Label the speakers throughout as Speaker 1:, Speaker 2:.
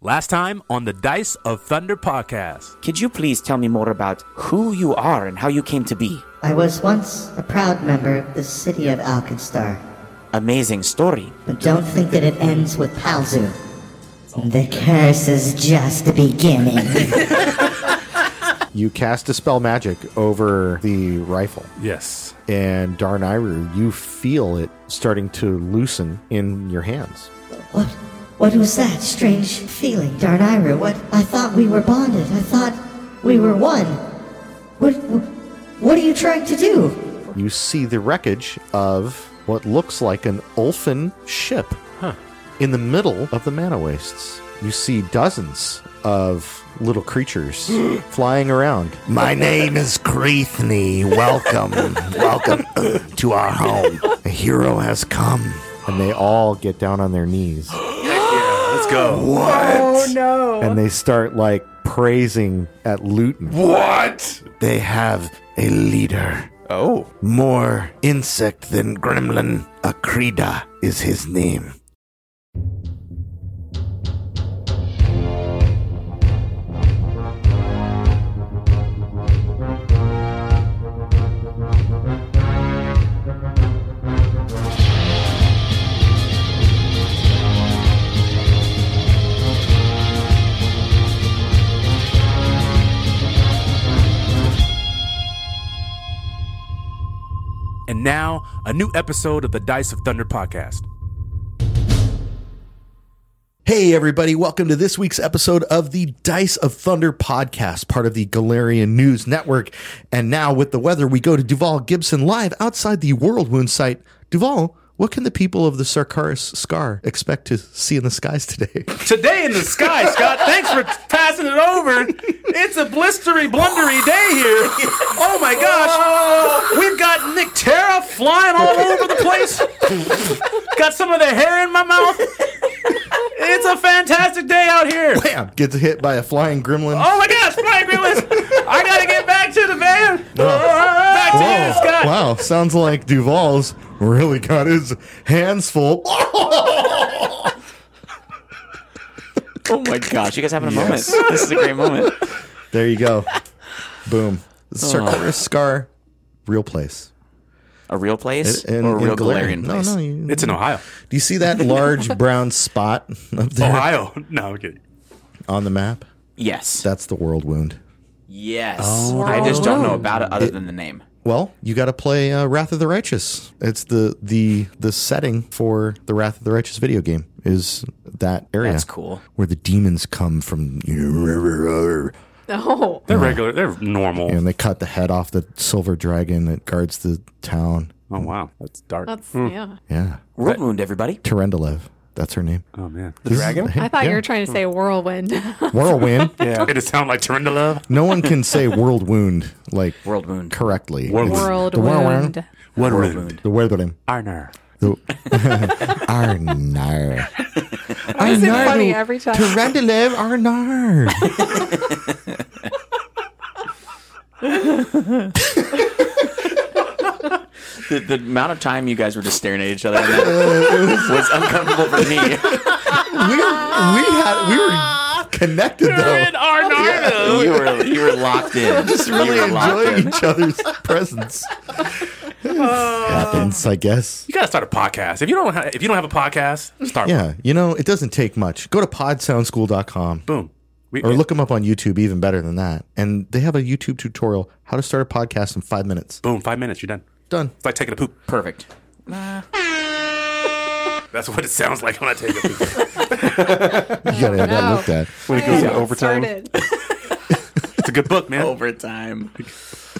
Speaker 1: Last time on the Dice of Thunder podcast.
Speaker 2: Could you please tell me more about who you are and how you came to be?
Speaker 3: I was once a proud member of the city of Alkenstar,
Speaker 2: Amazing story.
Speaker 3: but don't think that it ends with Palzu. The curse is just the beginning.
Speaker 4: You cast Dispel Magic over the rifle,
Speaker 1: Yes.
Speaker 4: and Darnayru, you feel it starting to loosen in your hands.
Speaker 3: what? What was that strange feeling, Darnayru? What? I thought we were bonded. I thought we were one. What? What are you trying to do?
Speaker 4: You see the wreckage of what looks like an Ulfin ship in the middle of the mana wastes. You see dozens of little creatures flying around.
Speaker 5: My name is Creethney. Welcome, welcome uh, to our home. A hero has come.
Speaker 4: and they all get down on their knees
Speaker 1: Let's go.
Speaker 5: What?
Speaker 4: and they start like praising at Luton.
Speaker 5: What? They have a leader. Oh. More insect than gremlin. Akrida is his name.
Speaker 1: And now, a new episode of the Dice of Thunder podcast.
Speaker 5: Hey, everybody, welcome to this week's episode of the Dice of Thunder podcast, part of the Galarian News Network. And now, with the weather, we go to Duval Gibson live outside the Whirlwound site. Duval, what can the people of the Sarkaris Scar expect to see in the skies today?
Speaker 1: Today in the sky, Scott. Thanks for passing it over. It's a blistery, blundery day here. Oh my gosh. We've got Nictera flying all over the place. Got some of the hair in my mouth. It's a fantastic day out here.
Speaker 5: Bam! Gets hit by a flying gremlin.
Speaker 1: Oh my gosh, Brian Greenlist! I gotta get back to the van. Back to
Speaker 5: Whoa.
Speaker 1: you, Scott.
Speaker 5: Wow, sounds like Duval's really got his hands full.
Speaker 2: Oh my gosh, you guys having a moment. This is a great moment.
Speaker 5: There you go. Boom. Sarkaris Scar, real place.
Speaker 2: A real place
Speaker 5: And-
Speaker 2: or a
Speaker 5: and
Speaker 2: real Galarian, place?
Speaker 5: No, no. You,
Speaker 1: It's in Ohio.
Speaker 5: Do you see that large brown spot up there
Speaker 1: Ohio. No, I'm kidding.
Speaker 5: on the map?
Speaker 2: Yes.
Speaker 5: That's the world wound.
Speaker 2: yes. I
Speaker 5: Oh,
Speaker 2: just don't know about it other than the name.
Speaker 5: Well, you got to play uh, Wrath of the Righteous. It's the the the setting for the Wrath of the Righteous video game is that area.
Speaker 2: That's cool.
Speaker 5: Where the demons come from, and
Speaker 6: No.
Speaker 1: They're regular. They're normal.
Speaker 5: they cut the head off the silver dragon that guards the town.
Speaker 1: Oh wow, that's dark.
Speaker 6: That's, yeah.
Speaker 5: Yeah,
Speaker 2: World wound, everybody.
Speaker 5: Tarendalev. That's her name.
Speaker 1: oh man,
Speaker 5: The dragon.
Speaker 6: I thought you were trying to say whirlwind.
Speaker 5: Whirlwind.
Speaker 1: yeah. It sound like Tarendula.
Speaker 5: No one can say world wound like
Speaker 2: World wound.
Speaker 5: correctly. It's
Speaker 6: World
Speaker 5: the whirlwind.
Speaker 6: wound.
Speaker 1: What
Speaker 2: World wound.
Speaker 5: The whirlwind.
Speaker 1: Arner.
Speaker 5: The Arnar. Arnar.
Speaker 6: it funny every time?
Speaker 5: Tarandalev Arnar.
Speaker 2: The, the amount of time you guys were just staring at each other on that was uncomfortable for me.
Speaker 5: we, we had we were connected though.
Speaker 1: Oh,
Speaker 2: you were you were locked in. Just
Speaker 5: Really
Speaker 2: you were locked
Speaker 5: enjoying
Speaker 2: in.
Speaker 5: each other's presence.
Speaker 6: Oh.
Speaker 5: Happens, I guess.
Speaker 1: You gotta start a podcast. If you don't, ha- if you don't have a podcast, start. one.
Speaker 5: Yeah, you know, it doesn't take much. Go to podsoundschool.com
Speaker 1: Boom. We,
Speaker 5: or look them up on YouTube, even better than that. And they have a YouTube tutorial how to start a podcast in five minutes.
Speaker 1: boom. Five minutes. You're done.
Speaker 5: Done.
Speaker 1: It's like taking a poop.
Speaker 2: Perfect.
Speaker 1: That's what it sounds like when I take a poop.
Speaker 5: You gotta have that
Speaker 6: no.
Speaker 5: looked at.
Speaker 6: When it goes to overtime.
Speaker 1: It's a good book, man.
Speaker 2: Overtime.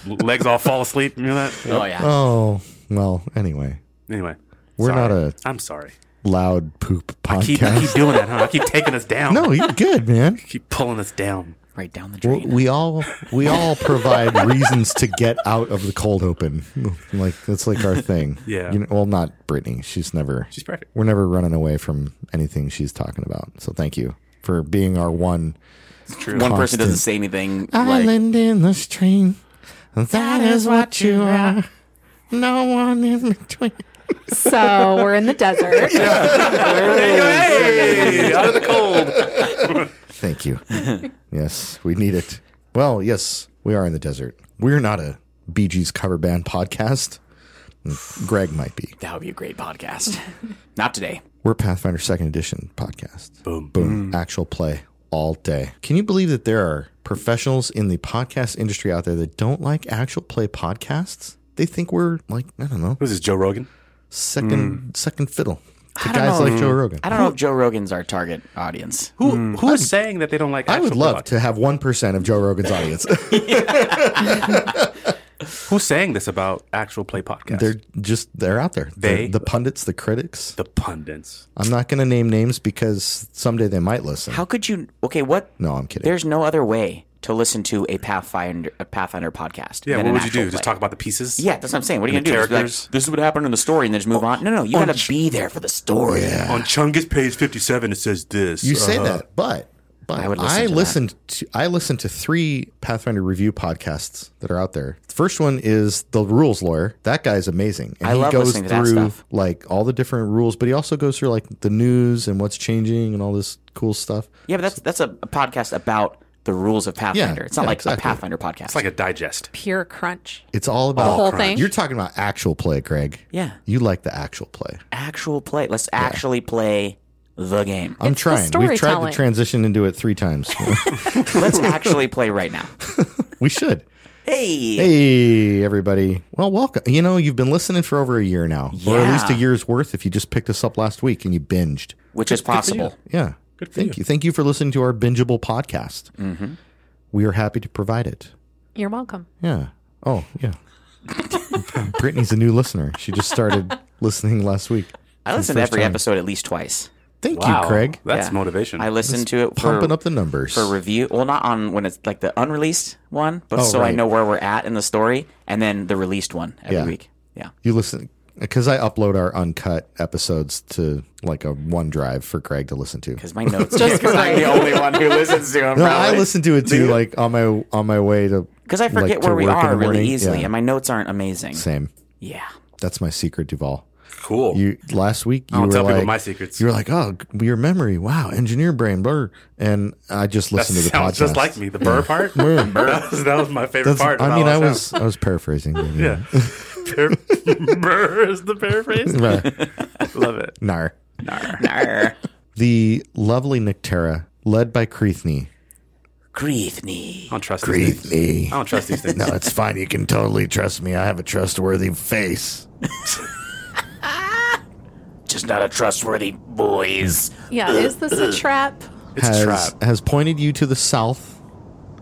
Speaker 1: Legs all fall asleep. You know that?
Speaker 2: Oh yeah.
Speaker 5: Oh, well, anyway.
Speaker 1: Anyway,
Speaker 5: We're
Speaker 1: sorry.
Speaker 5: not a
Speaker 1: I'm sorry.
Speaker 5: loud poop
Speaker 1: Keep, I keep
Speaker 5: podcast.
Speaker 1: doing that, huh? I keep taking us down.
Speaker 5: No, you're good, man.
Speaker 1: keep pulling us down.
Speaker 2: Right down the
Speaker 5: Well,
Speaker 2: drain.
Speaker 5: we all we all provide reasons to get out of the cold open. Like that's like our thing.
Speaker 1: Yeah.
Speaker 5: You know, well, not Brittany. She's never.
Speaker 1: She's perfect.
Speaker 5: We're never running away from anything she's talking about. So thank you for being our one
Speaker 1: True.
Speaker 2: One person doesn't
Speaker 5: constant.
Speaker 2: say anything. Like,
Speaker 5: island in the stream. That is what you are. No one in between.
Speaker 6: So we're in the desert.
Speaker 7: Hey, out of the cold.
Speaker 5: Thank you. yes, we need it. Well, yes, we are in the desert. We're not a Bee Gees cover band podcast. Greg might be.
Speaker 2: That would be a great podcast. Not today.
Speaker 5: We're Pathfinder Second Edition podcast. Boom, boom, actual play all day. Can you believe that there are professionals in the podcast industry out there that don't like actual play podcasts? They think we're like I don't know
Speaker 1: Who's this, Joe Rogan?
Speaker 7: Hmm.
Speaker 5: second second fiddle. To
Speaker 2: I don't
Speaker 5: guys
Speaker 2: know.
Speaker 5: like Joe Rogan.
Speaker 2: I don't know if Joe Rogan's our target audience.
Speaker 7: Who who is saying that they don't like?
Speaker 5: I would
Speaker 7: actual
Speaker 5: love
Speaker 7: blood?
Speaker 5: to have one percent of Joe Rogan's audience.
Speaker 7: Who's saying this about actual play podcasts?
Speaker 5: they're just they're out there.
Speaker 7: They-
Speaker 5: the, the pundits, the critics.
Speaker 7: the pundits.
Speaker 5: I'm not going to name names because someday they might listen.
Speaker 2: How could you? Okay, what?
Speaker 5: No, I'm kidding.
Speaker 2: There's no other way to listen to a Pathfinder a Pathfinder podcast.
Speaker 1: Yeah, what
Speaker 2: than an
Speaker 1: would you
Speaker 2: actual
Speaker 1: do? Just
Speaker 2: play.
Speaker 1: talk about the pieces?
Speaker 2: Yeah, that's what I'm saying. What are you
Speaker 1: And the
Speaker 2: gonna do? Just be like,
Speaker 1: characters?
Speaker 2: this is what happened in the story, and then just move on. No, no, you gotta be there for the story.
Speaker 1: On Chungus page 57, it says this.
Speaker 5: you say
Speaker 1: Uh,
Speaker 7: Uh-huh.
Speaker 5: that, but but I,
Speaker 2: would listen to that.
Speaker 5: listened to I listened to three Pathfinder review podcasts that are out there. The first one is the Rules Lawyer. That guy's amazing. And
Speaker 2: I love listening to that
Speaker 5: through
Speaker 2: stuff.
Speaker 5: like all the different rules, but he also goes through like the news and what's changing and all this cool stuff.
Speaker 2: Yeah, but that's that's a, a podcast about the rules of Pathfinder.
Speaker 5: Yeah,
Speaker 2: it's not
Speaker 5: yeah,
Speaker 2: like
Speaker 5: exactly.
Speaker 2: a Pathfinder podcast.
Speaker 1: It's like a digest.
Speaker 6: Pure crunch.
Speaker 5: It's all about
Speaker 6: whole thing?
Speaker 5: You're talking about actual play, Greg.
Speaker 2: Yeah.
Speaker 5: You like the actual play.
Speaker 2: actual play. Let's actually play the game.
Speaker 5: I'm
Speaker 6: It's the
Speaker 5: trying. We've tried
Speaker 6: storytelling.
Speaker 5: to transition into it three times.
Speaker 2: Let's actually play right now.
Speaker 5: we should.
Speaker 2: Hey.
Speaker 5: Hey, everybody. Well, welcome. You know, you've been listening for over a year now, or at
Speaker 2: Yeah.
Speaker 5: least a year's worth if you just picked us up last week and you binged.
Speaker 2: Which is possible.
Speaker 5: Yeah. Good for Thank you. Thank you for listening to our bingeable podcast. Mm-hmm. We are happy to provide it.
Speaker 6: You're welcome.
Speaker 5: Yeah. Oh, yeah. Brittany's a new listener. She just started listening last week.
Speaker 2: I listen to every episode at least twice.
Speaker 5: Thank you, Craig.
Speaker 1: That's
Speaker 2: Yeah.
Speaker 1: motivation.
Speaker 2: I listen to it for,
Speaker 5: Pumping up the numbers.
Speaker 2: for review. Well, not on when it's like the unreleased one, but
Speaker 5: Oh,
Speaker 2: so I
Speaker 5: right.
Speaker 2: know where we're at in the story, and then the released one every
Speaker 5: Yeah.
Speaker 2: week. Yeah.
Speaker 5: You listen because I upload our uncut episodes to like a OneDrive for Craig to listen to.
Speaker 2: Because my notes. Just because I'm the only one who listens to them.
Speaker 5: No, I listen to it too, like on my on my way to
Speaker 2: Because I
Speaker 5: like,
Speaker 2: forget
Speaker 5: to
Speaker 2: where we
Speaker 5: work in the
Speaker 2: are really
Speaker 5: morning.
Speaker 2: easily,
Speaker 5: Yeah,
Speaker 2: and my notes aren't amazing.
Speaker 5: same.
Speaker 2: Yeah.
Speaker 5: That's my secret, Duval.
Speaker 2: Oh.
Speaker 1: cool.
Speaker 5: You last week you
Speaker 1: don't
Speaker 5: were
Speaker 1: tell people
Speaker 5: like-
Speaker 1: my secrets.
Speaker 5: You were like, oh, g- your memory, wow, engineer brain, blur. And I just
Speaker 1: that
Speaker 5: listened to the podcast.
Speaker 1: sounds just like me. The burr part?
Speaker 5: Burr.
Speaker 1: That, was, that was my favorite
Speaker 5: That's-
Speaker 1: part.
Speaker 5: I
Speaker 1: about
Speaker 5: mean, I
Speaker 1: last night.
Speaker 5: was I was paraphrasing. but, you know.
Speaker 1: Yeah. burr is the paraphrase.
Speaker 5: Right.
Speaker 1: Love it.
Speaker 5: Nar.
Speaker 2: Nar.
Speaker 5: The lovely Nictera, led by Creethney.
Speaker 2: Creethney.
Speaker 1: I don't trust these things. I don't trust these things.
Speaker 5: No, it's fine. You can totally trust me. I have a trustworthy face.
Speaker 2: Just not a trustworthy boys.
Speaker 6: Yeah, is this a trap?
Speaker 1: It's
Speaker 5: has,
Speaker 1: a trap.
Speaker 5: has pointed you to the south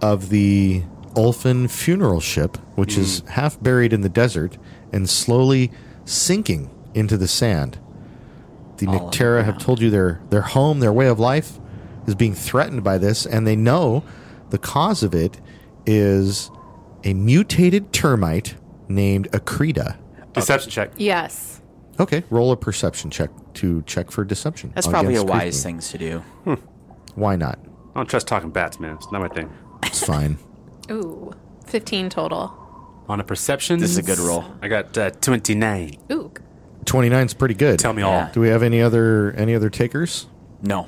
Speaker 5: of the Ulfin funeral ship, which is
Speaker 1: Mm.
Speaker 5: half buried in the desert and slowly sinking into the sand. The Nictera have told you their, their home, their way of life is being threatened by this, and they know the cause of it is a mutated termite named Akrita.
Speaker 1: Deception check.
Speaker 6: Yes.
Speaker 5: Okay, roll a perception check to check for deception.
Speaker 2: That's probably a
Speaker 5: against
Speaker 2: wise thing
Speaker 5: Cretan.
Speaker 2: to do.
Speaker 5: Why not?
Speaker 1: I don't trust talking bats, man. It's not my thing.
Speaker 5: It's fine.
Speaker 6: Ooh. 15 total.
Speaker 1: On a perception,
Speaker 2: This is a good roll.
Speaker 1: I got uh, 29.
Speaker 6: Ooh.
Speaker 5: 29 is pretty good.
Speaker 1: Tell me
Speaker 2: Yeah.
Speaker 5: Do we have any other any other takers?
Speaker 2: No.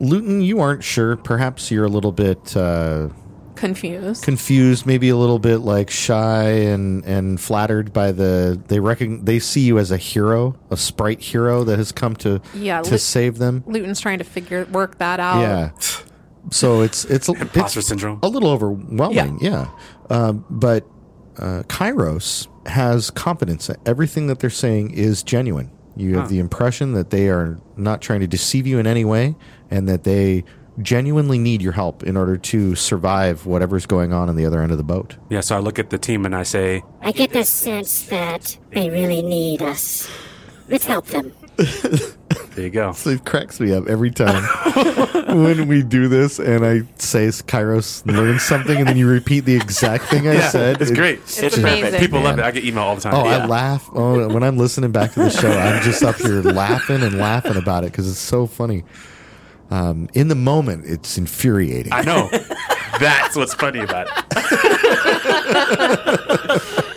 Speaker 5: Luton, you aren't sure. Perhaps you're a little bit uh,
Speaker 6: Confused.
Speaker 5: confused, maybe a little bit like shy and and flattered by the they recogn they see you as a hero, a sprite hero that has come to
Speaker 6: Yeah,
Speaker 5: to
Speaker 6: Lu-
Speaker 5: save them.
Speaker 6: Luton's trying to figure work that out.
Speaker 5: Yeah. So it's it's
Speaker 1: Imposter
Speaker 5: it's
Speaker 1: syndrome.
Speaker 5: a little overwhelming. Yeah. Um, but uh, Kairos has confidence that everything that they're saying is genuine. You have the impression that they are not trying to deceive you in any way, and that they genuinely need your help in order to survive whatever's going on on the other end of the boat.
Speaker 1: Yeah, so I look at the team and I say,
Speaker 8: I get the sense that they really need us. Let's help them.
Speaker 1: there you go.
Speaker 5: It cracks me up every time when we do this, and I say Kairos learns something, and then you repeat the exact thing I
Speaker 1: Yeah,
Speaker 5: said.
Speaker 1: it's
Speaker 5: It-
Speaker 1: great.
Speaker 6: It's amazing.
Speaker 1: People love it.
Speaker 5: Man.
Speaker 1: I get email all the time.
Speaker 5: Oh,
Speaker 1: yeah.
Speaker 5: I laugh. Oh, when I'm listening back to the show, I'm just up here laughing and laughing about it because it's so funny. Um, in the moment, it's infuriating.
Speaker 1: I know. That's what's funny about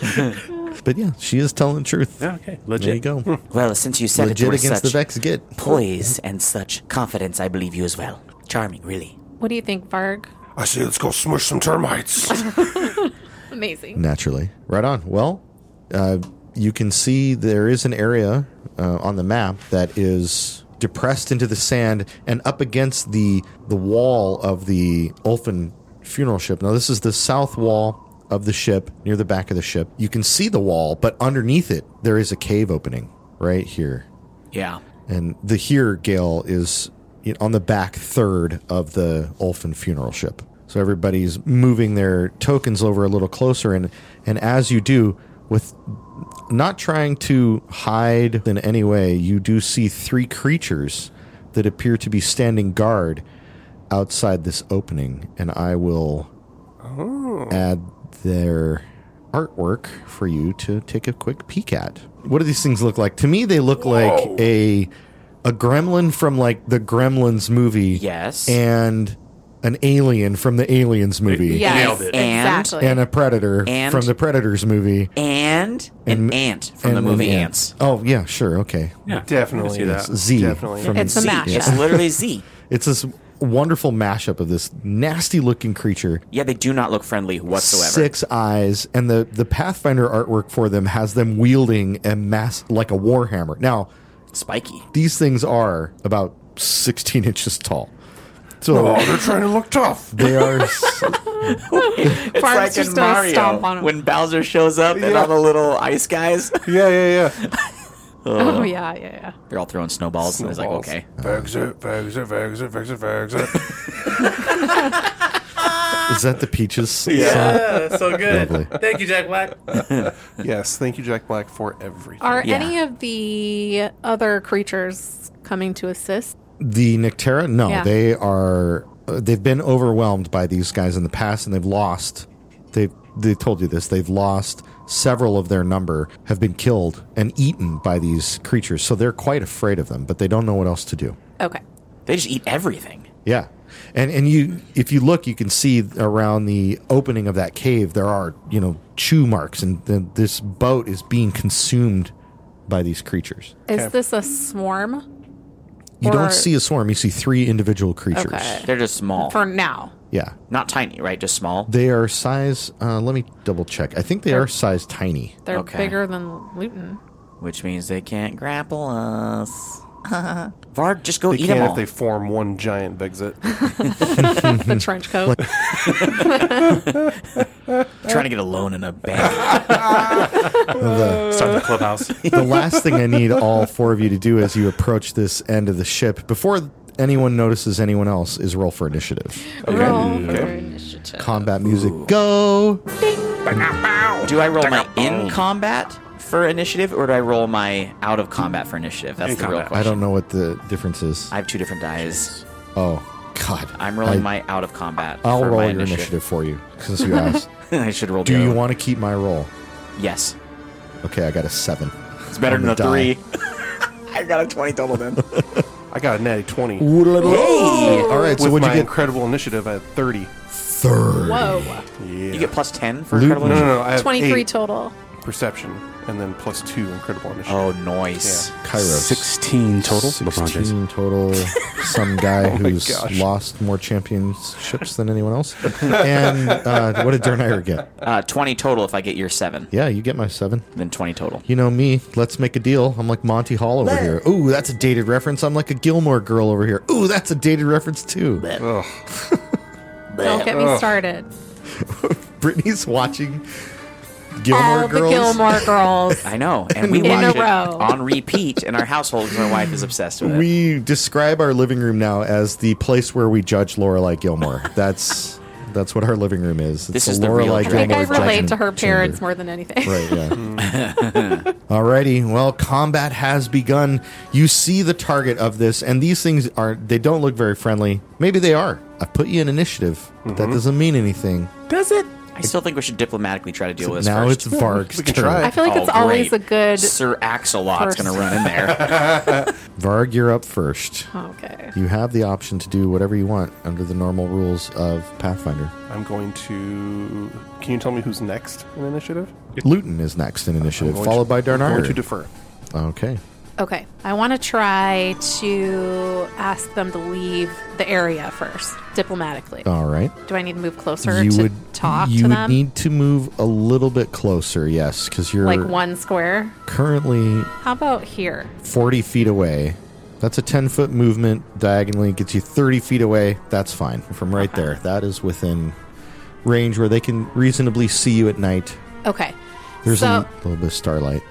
Speaker 1: it.
Speaker 5: But yeah, she is telling the truth.
Speaker 1: Yeah, okay.
Speaker 5: There you
Speaker 1: Legit.
Speaker 5: go.
Speaker 2: Well, since you said
Speaker 5: Legit
Speaker 2: it with
Speaker 5: against the
Speaker 2: such
Speaker 5: Vex Git.
Speaker 2: poise and such confidence, I believe you as well. Charming, really.
Speaker 6: What do you think, Varg?
Speaker 9: I say, let's go smush some termites.
Speaker 6: Amazing.
Speaker 5: Naturally. Right on. Well, uh, you can see there is an area uh, on the map that is depressed into the sand and up against the the wall of the Ulfin funeral ship. Now, this is the south wall of the ship, near the back of the ship. You can see the wall, but underneath it, there is a cave opening right here.
Speaker 10: Yeah.
Speaker 5: And the here Gale is you know, on the back third of the Ulfin funeral ship. So everybody's moving their tokens over a little closer, and and as you do, with not trying to hide in any way, you do see three creatures that appear to be standing guard outside this opening, and I will add their artwork for you to take a quick peek at. What do these things look like? To me, they look like a a gremlin from like the Gremlins movie.
Speaker 2: Yes.
Speaker 5: And an alien from the Aliens movie.
Speaker 6: Yes,
Speaker 1: Nailed it.
Speaker 2: And-
Speaker 6: exactly.
Speaker 5: And a predator
Speaker 2: And-
Speaker 5: from the Predators movie.
Speaker 2: And an
Speaker 5: And-
Speaker 2: ant from the
Speaker 5: and
Speaker 2: movie
Speaker 5: an ant.
Speaker 2: Ants.
Speaker 5: Oh yeah, sure, okay.
Speaker 1: Yeah.
Speaker 9: Definitely.
Speaker 1: See that.
Speaker 9: Yes.
Speaker 5: Z
Speaker 9: Definitely.
Speaker 5: from
Speaker 6: it's a
Speaker 5: Z.
Speaker 6: mashup.
Speaker 2: It's literally Z.
Speaker 5: It's this wonderful mashup of this nasty looking creature
Speaker 10: Yeah, they do not look friendly whatsoever.
Speaker 5: six eyes, and the the Pathfinder artwork for them has them wielding a mass like a warhammer. Now
Speaker 2: Spiky.
Speaker 5: these things are about sixteen inches tall, so
Speaker 9: Oh, they're trying to look tough.
Speaker 5: they are. s-
Speaker 10: It's
Speaker 6: Farm's
Speaker 10: like
Speaker 6: just
Speaker 10: in
Speaker 6: gonna
Speaker 10: Mario
Speaker 6: stomp on 'em.
Speaker 10: when Bowser shows up and
Speaker 9: Yeah.
Speaker 10: all the little ice guys.
Speaker 9: Yeah, yeah, yeah.
Speaker 6: oh yeah, yeah, yeah.
Speaker 10: They're all throwing snowballs, and it's like,
Speaker 9: Snowballs.
Speaker 10: okay.
Speaker 9: Bags it, bags it, bags it, bags it, bags it.
Speaker 5: is that the peaches?
Speaker 11: that's so good.
Speaker 5: Lovely.
Speaker 11: Thank you, Jack Black.
Speaker 9: yes, thank you, Jack Black, for everything.
Speaker 6: Are
Speaker 10: Yeah.
Speaker 6: any of the other creatures coming to assist?
Speaker 5: The Nectera? No,
Speaker 6: Yeah.
Speaker 5: they are. Uh, they've been overwhelmed by these guys in the past, and they've lost. They they told you this. They've lost several of their number, have been killed and eaten by these creatures. So they're quite afraid of them, but they don't know what else to do.
Speaker 6: Okay.
Speaker 10: They just eat everything.
Speaker 5: Yeah. And and you if you look you can see around the opening of that cave there are, you know, chew marks and the, this boat is being consumed by these creatures.
Speaker 6: Is this a swarm
Speaker 5: You
Speaker 6: Or-
Speaker 5: don't see a swarm, you see three individual creatures.
Speaker 6: Okay.
Speaker 10: They're just small.
Speaker 6: for now?
Speaker 5: Yeah.
Speaker 10: not tiny, right? Just small.
Speaker 5: They are size uh, let me double check. I think they are size tiny.
Speaker 6: They're
Speaker 10: Okay.
Speaker 6: bigger than Luton.
Speaker 10: Which means they can't grapple us. Varg, just go
Speaker 9: they
Speaker 10: eat them
Speaker 9: can
Speaker 10: all.
Speaker 9: if they form one giant Bexit.
Speaker 6: The trench coat.
Speaker 10: trying to get a loan in a bank.
Speaker 1: Start the clubhouse.
Speaker 5: the last thing I need all four of you to do as you approach this end of the ship before anyone notices anyone else is roll for initiative.
Speaker 6: Roll for initiative.
Speaker 5: Combat music go.
Speaker 10: do I roll my in combat for initiative, or do I roll my out of combat for initiative? That's
Speaker 1: In
Speaker 10: the real
Speaker 1: combat.
Speaker 5: I
Speaker 10: question.
Speaker 5: don't know what the difference is.
Speaker 10: I have two different dies.
Speaker 5: Oh God!
Speaker 10: I'm rolling
Speaker 5: I-
Speaker 10: my out of combat.
Speaker 5: I'll
Speaker 10: for
Speaker 5: roll
Speaker 10: my
Speaker 5: your initiative. for you since you asked.
Speaker 10: I should roll.
Speaker 5: Do
Speaker 10: the
Speaker 5: you
Speaker 10: other one.
Speaker 5: want to keep my roll?
Speaker 10: Yes.
Speaker 5: Okay, I got a seven.
Speaker 10: It's better
Speaker 5: On
Speaker 10: than
Speaker 5: the die.
Speaker 10: a three. I got a twenty total then.
Speaker 9: I got a natty 20.
Speaker 5: All right, so
Speaker 9: With
Speaker 5: what'd
Speaker 9: my
Speaker 5: you get?
Speaker 9: incredible initiative, I had 30.
Speaker 5: Third.
Speaker 6: Whoa.
Speaker 10: You get plus ten for
Speaker 5: Loot-
Speaker 10: incredible.
Speaker 9: No, no,
Speaker 10: initiative?
Speaker 9: no. I have
Speaker 6: 23
Speaker 9: eight
Speaker 6: total.
Speaker 9: perception and then plus two incredible initiative.
Speaker 10: Oh, noise.
Speaker 5: Kairos.
Speaker 1: 16 total. LeBron James.
Speaker 5: Sixteen total. Some guy
Speaker 9: my
Speaker 5: who's
Speaker 9: gosh.
Speaker 5: lost more championships than anyone else. and uh, what did Dernayer get?
Speaker 10: Uh, twenty total if I get your seven.
Speaker 5: Yeah, you get my seven.
Speaker 10: Then twenty total.
Speaker 5: You know me. Let's make a deal. I'm like Monty Hall over here. Ooh, that's a dated reference. I'm like a Gilmore Girl over here. Ooh, that's a dated reference too.
Speaker 6: Don't get me started.
Speaker 5: Brittany's watching Gilmore
Speaker 6: All
Speaker 5: Girls.
Speaker 6: the Gilmore Girls.
Speaker 10: I know, and we
Speaker 6: In
Speaker 10: watch
Speaker 6: a
Speaker 10: it
Speaker 6: row.
Speaker 10: on repeat in our household. 'cause My wife is obsessed with it.
Speaker 5: We describe our living room now as the place where we judge Lorelai Gilmore. That's that's what our living room is. It's
Speaker 10: This
Speaker 5: the
Speaker 10: is the real
Speaker 5: Lorelai
Speaker 10: I
Speaker 6: I
Speaker 5: Gilmore.
Speaker 6: think I relate
Speaker 5: judgment
Speaker 6: to her parents
Speaker 5: chamber.
Speaker 6: more than anything.
Speaker 5: Right, yeah. Alrighty, well, combat has begun. You see the target of this, and these things are they don't
Speaker 9: Mm-hmm.
Speaker 5: look very friendly. Maybe they are. I put you in initiative. That doesn't mean anything.
Speaker 10: Does it? I still think we should diplomatically try to deal with this
Speaker 5: now
Speaker 10: first.
Speaker 5: it's Varg's turn.
Speaker 6: I feel like
Speaker 10: Oh,
Speaker 6: it's always
Speaker 10: great.
Speaker 6: a good.
Speaker 10: Sir Axelot's
Speaker 6: first.
Speaker 10: going to run in there.
Speaker 5: Varg, you're up first.
Speaker 6: okay.
Speaker 5: You have the option to do whatever you want under the normal rules of Pathfinder.
Speaker 9: I'm going to. Can you tell me who's next in initiative?
Speaker 5: Luton is next in initiative,
Speaker 9: Going
Speaker 5: followed
Speaker 9: to-
Speaker 5: by
Speaker 9: I'm Going to
Speaker 5: Darnar.
Speaker 9: defer.
Speaker 5: Okay.
Speaker 6: Okay. I want to try to ask them to leave the area first, diplomatically.
Speaker 5: All right.
Speaker 6: Do I need to move closer to talk
Speaker 5: Oh. you
Speaker 6: to
Speaker 5: would
Speaker 6: them?
Speaker 5: need to move a little bit closer, yes, because you're
Speaker 6: like one square.
Speaker 5: currently
Speaker 6: How about here?
Speaker 5: 40 feet away. That's a 10 foot movement diagonally, gets you 30 feet away. That's fine from right there. That is within range where they can reasonably see you at night.
Speaker 6: Okay.
Speaker 5: There's
Speaker 6: so,
Speaker 5: a little bit of starlight.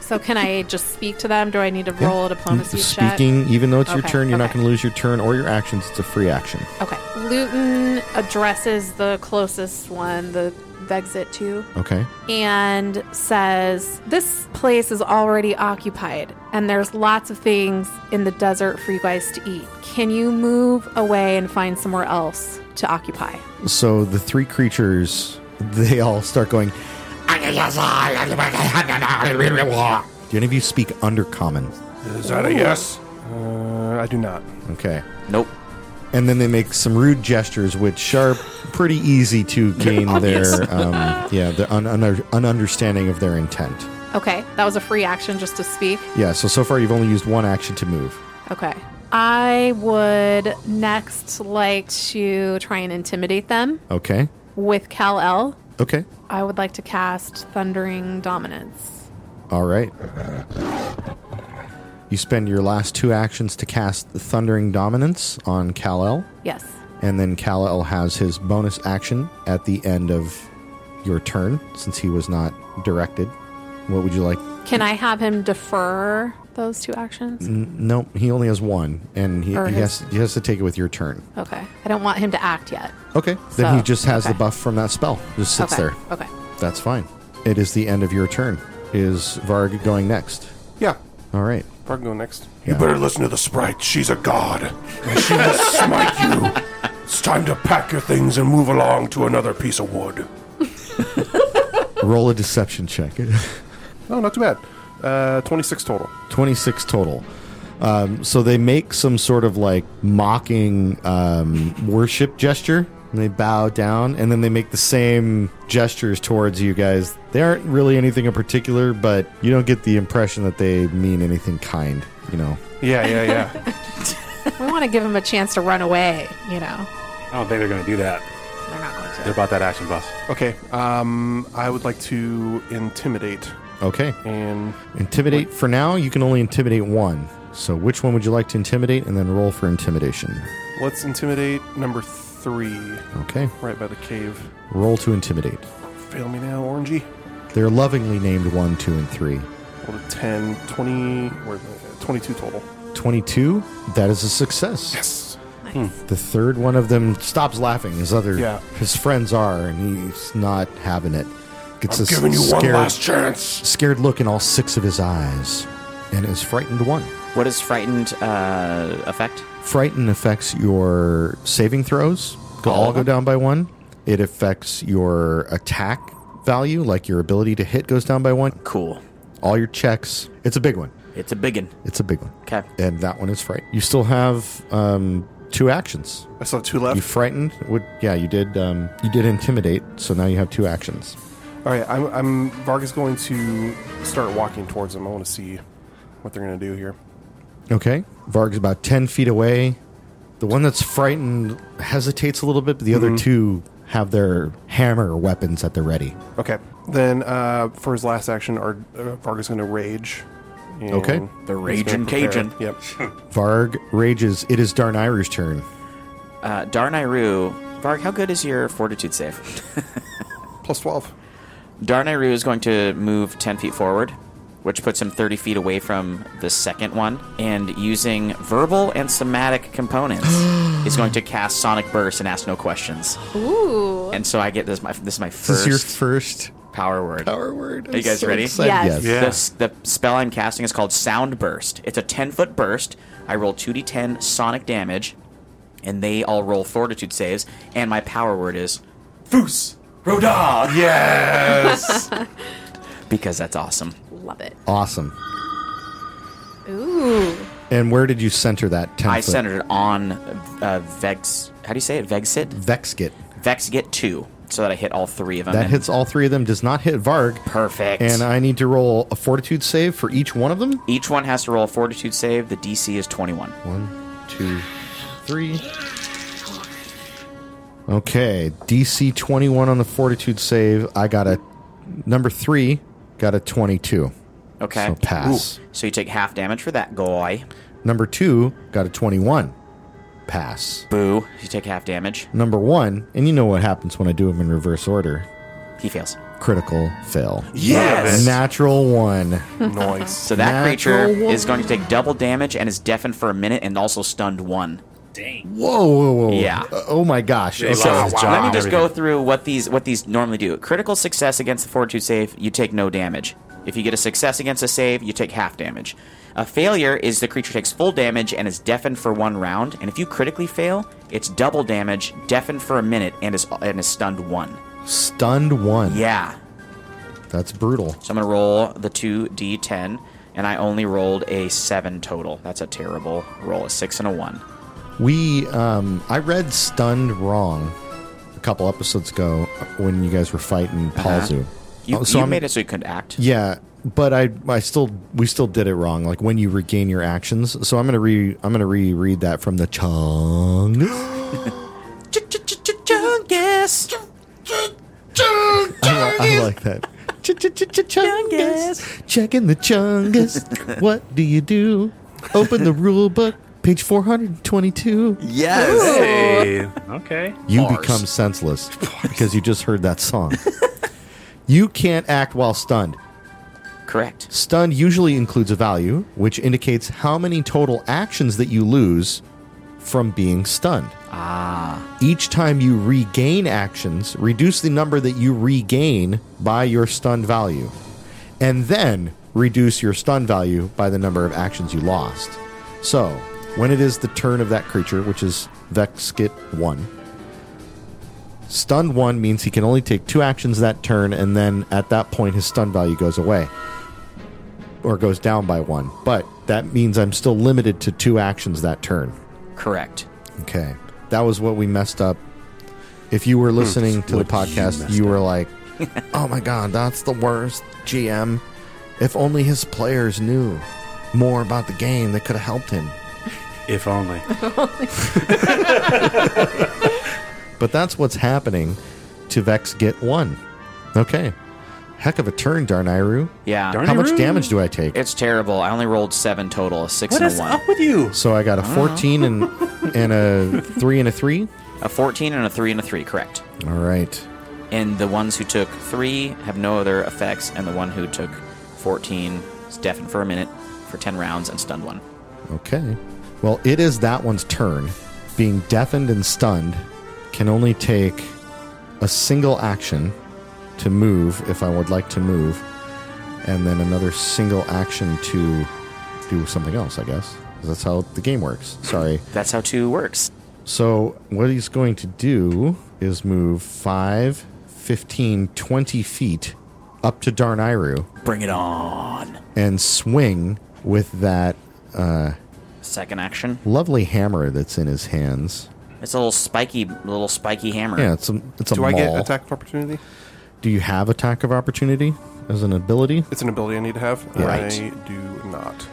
Speaker 6: so can I just speak to them? Do I need to roll a diplomacy check?
Speaker 5: Speaking, even though it's your
Speaker 6: Okay,
Speaker 5: turn, you're not
Speaker 6: okay.
Speaker 5: going to lose your turn or your actions. It's a free action.
Speaker 6: Okay. Luton addresses the closest one, the Vexit 2,
Speaker 5: Okay.
Speaker 6: and says, This place is already occupied, and there's lots of things in the desert for you guys to eat. Can you move away and find somewhere else to occupy?
Speaker 5: So the three creatures, they all start going. Do any of you speak undercommon?
Speaker 9: Is that a yes? Uh, I do not.
Speaker 5: Okay.
Speaker 10: nope.
Speaker 5: and then they make some rude gestures, which are pretty easy to gain their um, yeah their un- un- ununderstanding of their intent.
Speaker 6: Okay. That was a free action just to speak.
Speaker 5: Yeah, so so far you've only used one action to move.
Speaker 6: Okay. I would next like to try and intimidate them
Speaker 5: Okay,
Speaker 6: with Cal L.
Speaker 5: okay,
Speaker 6: I would like to cast Thundering Dominance.
Speaker 5: all right. You spend your last two actions to cast the Thundering Dominance on Kal-El,
Speaker 6: Yes.
Speaker 5: and then Kal-El has his bonus action at the end of your turn, since he was not directed. What would you like?
Speaker 6: Can I have him defer those two actions?
Speaker 1: Mm-hmm.
Speaker 5: No, he only has one, and he,
Speaker 6: Or
Speaker 5: he,
Speaker 6: his-
Speaker 5: has, he has to take it with your turn.
Speaker 6: Okay. I don't want him to act yet.
Speaker 5: Okay. Then he
Speaker 6: So,
Speaker 5: just has
Speaker 6: okay.
Speaker 5: the buff from that spell. Just sits
Speaker 6: okay.
Speaker 5: there.
Speaker 6: Okay.
Speaker 5: That's fine. It is the end of your turn. Is Varg going next?
Speaker 9: Yeah.
Speaker 5: All right.
Speaker 9: Probably go next.
Speaker 5: You better
Speaker 9: listen to the sprite. She's a god. She will smite you. It's time to pack your things and move along to another piece of wood.
Speaker 5: Roll a deception check.
Speaker 9: No, not too bad. Uh, 26 total.
Speaker 5: 26 total. Um, so they make some sort of like mocking um, worship gesture. And they bow down and then they make the same gestures towards you guys. They aren't really anything in particular, but you don't get the impression that they mean anything kind, you know.
Speaker 9: Yeah, yeah, yeah.
Speaker 6: We want to give him a chance to run away, you know.
Speaker 1: I don't think they're going to do that.
Speaker 6: They're not going to.
Speaker 1: They're about that action, boss.
Speaker 9: okay. Um, I would like to intimidate
Speaker 5: Okay.
Speaker 9: and
Speaker 5: Intimidate for now. You can only intimidate one. So which one would you like to intimidate, and then roll for intimidation?
Speaker 9: let's intimidate number three
Speaker 5: Okay.
Speaker 9: right by the cave.
Speaker 5: Roll to intimidate.
Speaker 9: Fail me now, Orangey.
Speaker 5: They're lovingly named one, two, and three.
Speaker 9: Rolled a 10, 20, or, uh, 22 total.
Speaker 5: Twenty-two. That is a success.
Speaker 9: Yes.
Speaker 5: The third one of them stops laughing. His other,
Speaker 9: Yeah.
Speaker 5: his friends are, and he's not having it. Gets this scared,
Speaker 9: chance.
Speaker 5: scared look in all six of his eyes, and is frightened one.
Speaker 10: What is frightened uh, affect?
Speaker 5: Frighten affects your saving throws. Go,
Speaker 10: All
Speaker 5: all
Speaker 10: of
Speaker 5: go
Speaker 10: them?
Speaker 5: down by one. It affects your attack value, like your ability to hit goes down by one.
Speaker 10: Cool.
Speaker 5: All your checks. It's a big one.
Speaker 10: It's a biggin.
Speaker 5: It's a big one.
Speaker 10: Okay.
Speaker 5: And that one is fright. You still have um, two actions.
Speaker 9: I still have two
Speaker 5: You
Speaker 9: left.
Speaker 5: frightened. Would yeah. You did. Um, you did intimidate. So now you have two actions.
Speaker 9: All right, I'm, I'm Vargas going to start walking towards them. I want to see what they're going to do here.
Speaker 5: Okay. Varg's about ten feet away. The one that's frightened hesitates a little bit, but the other two have their hammer weapons at the ready.
Speaker 9: Okay, then uh, for his last action, our, uh, Vargas going to rage. and
Speaker 5: Okay.
Speaker 9: he's
Speaker 10: The
Speaker 9: gonna
Speaker 10: raging
Speaker 9: prepare.
Speaker 10: Cajun.
Speaker 9: Yep.
Speaker 5: Varg rages. It is Darnayru's turn.
Speaker 10: Uh, Darnayru. Varg, how good is your fortitude save?
Speaker 9: Plus twelve.
Speaker 10: Darnayru is going to move 10 feet forward, which puts him 30 feet away from the second one, and using verbal and somatic components, is going to cast Sonic Burst and ask no questions.
Speaker 6: Ooh.
Speaker 10: And so I get this. My, this is my
Speaker 5: This
Speaker 10: first
Speaker 5: is your first
Speaker 10: power word.
Speaker 5: power word. I'm
Speaker 10: you guys ready?
Speaker 5: excited.
Speaker 6: Yes.
Speaker 1: Yeah.
Speaker 10: The, s- the spell I'm casting is called Sound Burst. It's a 10 foot burst. I roll 2d10 sonic damage, and they all roll fortitude saves, and my power word is Foos.
Speaker 9: Rodar! Yes!
Speaker 10: because that's awesome.
Speaker 6: Love it.
Speaker 5: Awesome.
Speaker 6: Ooh.
Speaker 5: And where did you center that? 10
Speaker 10: I
Speaker 5: foot?
Speaker 10: centered it on uh, Vex. How do you say it? Vexit?
Speaker 5: Vexkit.
Speaker 10: Vex get two, so that I hit all three of them.
Speaker 5: That
Speaker 10: and-
Speaker 5: hits all three of them. Does not hit Varg.
Speaker 10: Perfect.
Speaker 5: And uh, I need to roll a Fortitude save for each one of them.
Speaker 10: Each one has to roll a fortitude save. The DC is 21.
Speaker 5: One, two, three. Okay, DC 21 on the fortitude save. I got a number three, got a 22.
Speaker 10: Okay.
Speaker 5: So pass.
Speaker 10: Ooh. So you take half damage for that guy.
Speaker 5: Number two, got a 21. Pass.
Speaker 10: Boo. You take half damage.
Speaker 5: Number one, and you know what happens when I do them in reverse order
Speaker 10: He fails.
Speaker 5: critical fail.
Speaker 9: Yes!
Speaker 5: Natural one.
Speaker 9: Nice.
Speaker 10: So that
Speaker 5: Natural
Speaker 10: creature
Speaker 5: one.
Speaker 10: is going to take double damage and is deafened for a minute and also stunned one.
Speaker 5: Whoa, whoa, whoa.
Speaker 10: Yeah.
Speaker 5: Uh, oh my gosh. Okay.
Speaker 1: lost his job
Speaker 10: Let me
Speaker 1: and
Speaker 10: just go
Speaker 1: everything.
Speaker 10: through what these what these normally do. Critical success against the fortitude save, you take no damage. If you get a success against a save, you take half damage. A failure is the creature takes full damage and is deafened for one round, and if you critically fail, it's double damage, deafened for a minute, and is and is stunned one.
Speaker 5: Stunned one.
Speaker 10: Yeah.
Speaker 5: That's brutal.
Speaker 10: So I'm gonna roll the two d10, and I only rolled a seven total. That's a terrible roll. A six and a one.
Speaker 5: We, um, I read Stunned Wrong a couple episodes ago when you guys were fighting Palzu.
Speaker 10: You,
Speaker 5: Oh, so
Speaker 10: you
Speaker 5: I'm-
Speaker 10: made it so you couldn't act.
Speaker 5: Yeah, but I, I still, we still did it wrong. Like when you regain your actions. So I'm gonna re, I'm gonna reread that from the Chung.
Speaker 10: Chungus.
Speaker 5: I, li- I like that. Chungus, checking the Chungus. what do you do? Open the rule book, page 422.
Speaker 10: Yes.
Speaker 1: Hey. Okay.
Speaker 5: You become senseless because you just heard that song. you can't act while stunned.
Speaker 10: Correct.
Speaker 5: Stunned usually includes a value, which indicates how many total actions that you lose from being stunned. Ah. Each time you regain actions, reduce the number that you regain by your stun value, and then reduce your stun value by the number of actions you lost. So, when it is the turn of that creature, which is Vexkit 1, Stunned one means he can only take two actions that turn, and then at that point his stun value goes away or goes down by one. But that means I'm still limited to two actions that turn.
Speaker 10: Correct.
Speaker 5: Okay, that was what we messed up. If you were listening to the podcast, you, were like, "Oh my god, that's the worst GM." If only his players knew more about the game, they could have helped him.
Speaker 1: If only.
Speaker 5: But that's what's happening to Vex Get One. Okay, heck of a turn, Darnayru.
Speaker 10: Yeah.
Speaker 1: Darn
Speaker 5: How
Speaker 1: it,
Speaker 5: much
Speaker 1: Roo.
Speaker 5: damage do I take?
Speaker 10: It's terrible. I only rolled seven total, a six
Speaker 1: What
Speaker 10: and a
Speaker 1: is
Speaker 10: one.
Speaker 1: up with you?
Speaker 5: So I got a 14 and and a 3 and a 3.
Speaker 10: A 14 and a three and a three, correct.
Speaker 5: All right.
Speaker 10: And the ones who took three have no other effects, and the one who took 14 is deafened for a minute for 10 rounds and stunned one.
Speaker 5: Okay. Well, it is that one's turn. Being deafened and stunned can only take a single action to move if I would like to move and then another single action to do something else, I guess. 'Cause That's how the game works. Sorry.
Speaker 10: That's how two works.
Speaker 5: So, what he's going to do is move 5, 15, 20 feet up to Darnayru.
Speaker 10: Bring it on.
Speaker 5: and swing with that
Speaker 10: Second action.
Speaker 5: lovely hammer that's in his hands.
Speaker 10: It's a little spiky, little spiky hammer.
Speaker 5: Yeah, it's a it's a
Speaker 9: Do I get
Speaker 5: maul.
Speaker 9: attack of opportunity?
Speaker 5: Do you have attack of opportunity as an ability?
Speaker 9: It's an ability I need to have.
Speaker 5: Right.
Speaker 9: I do not.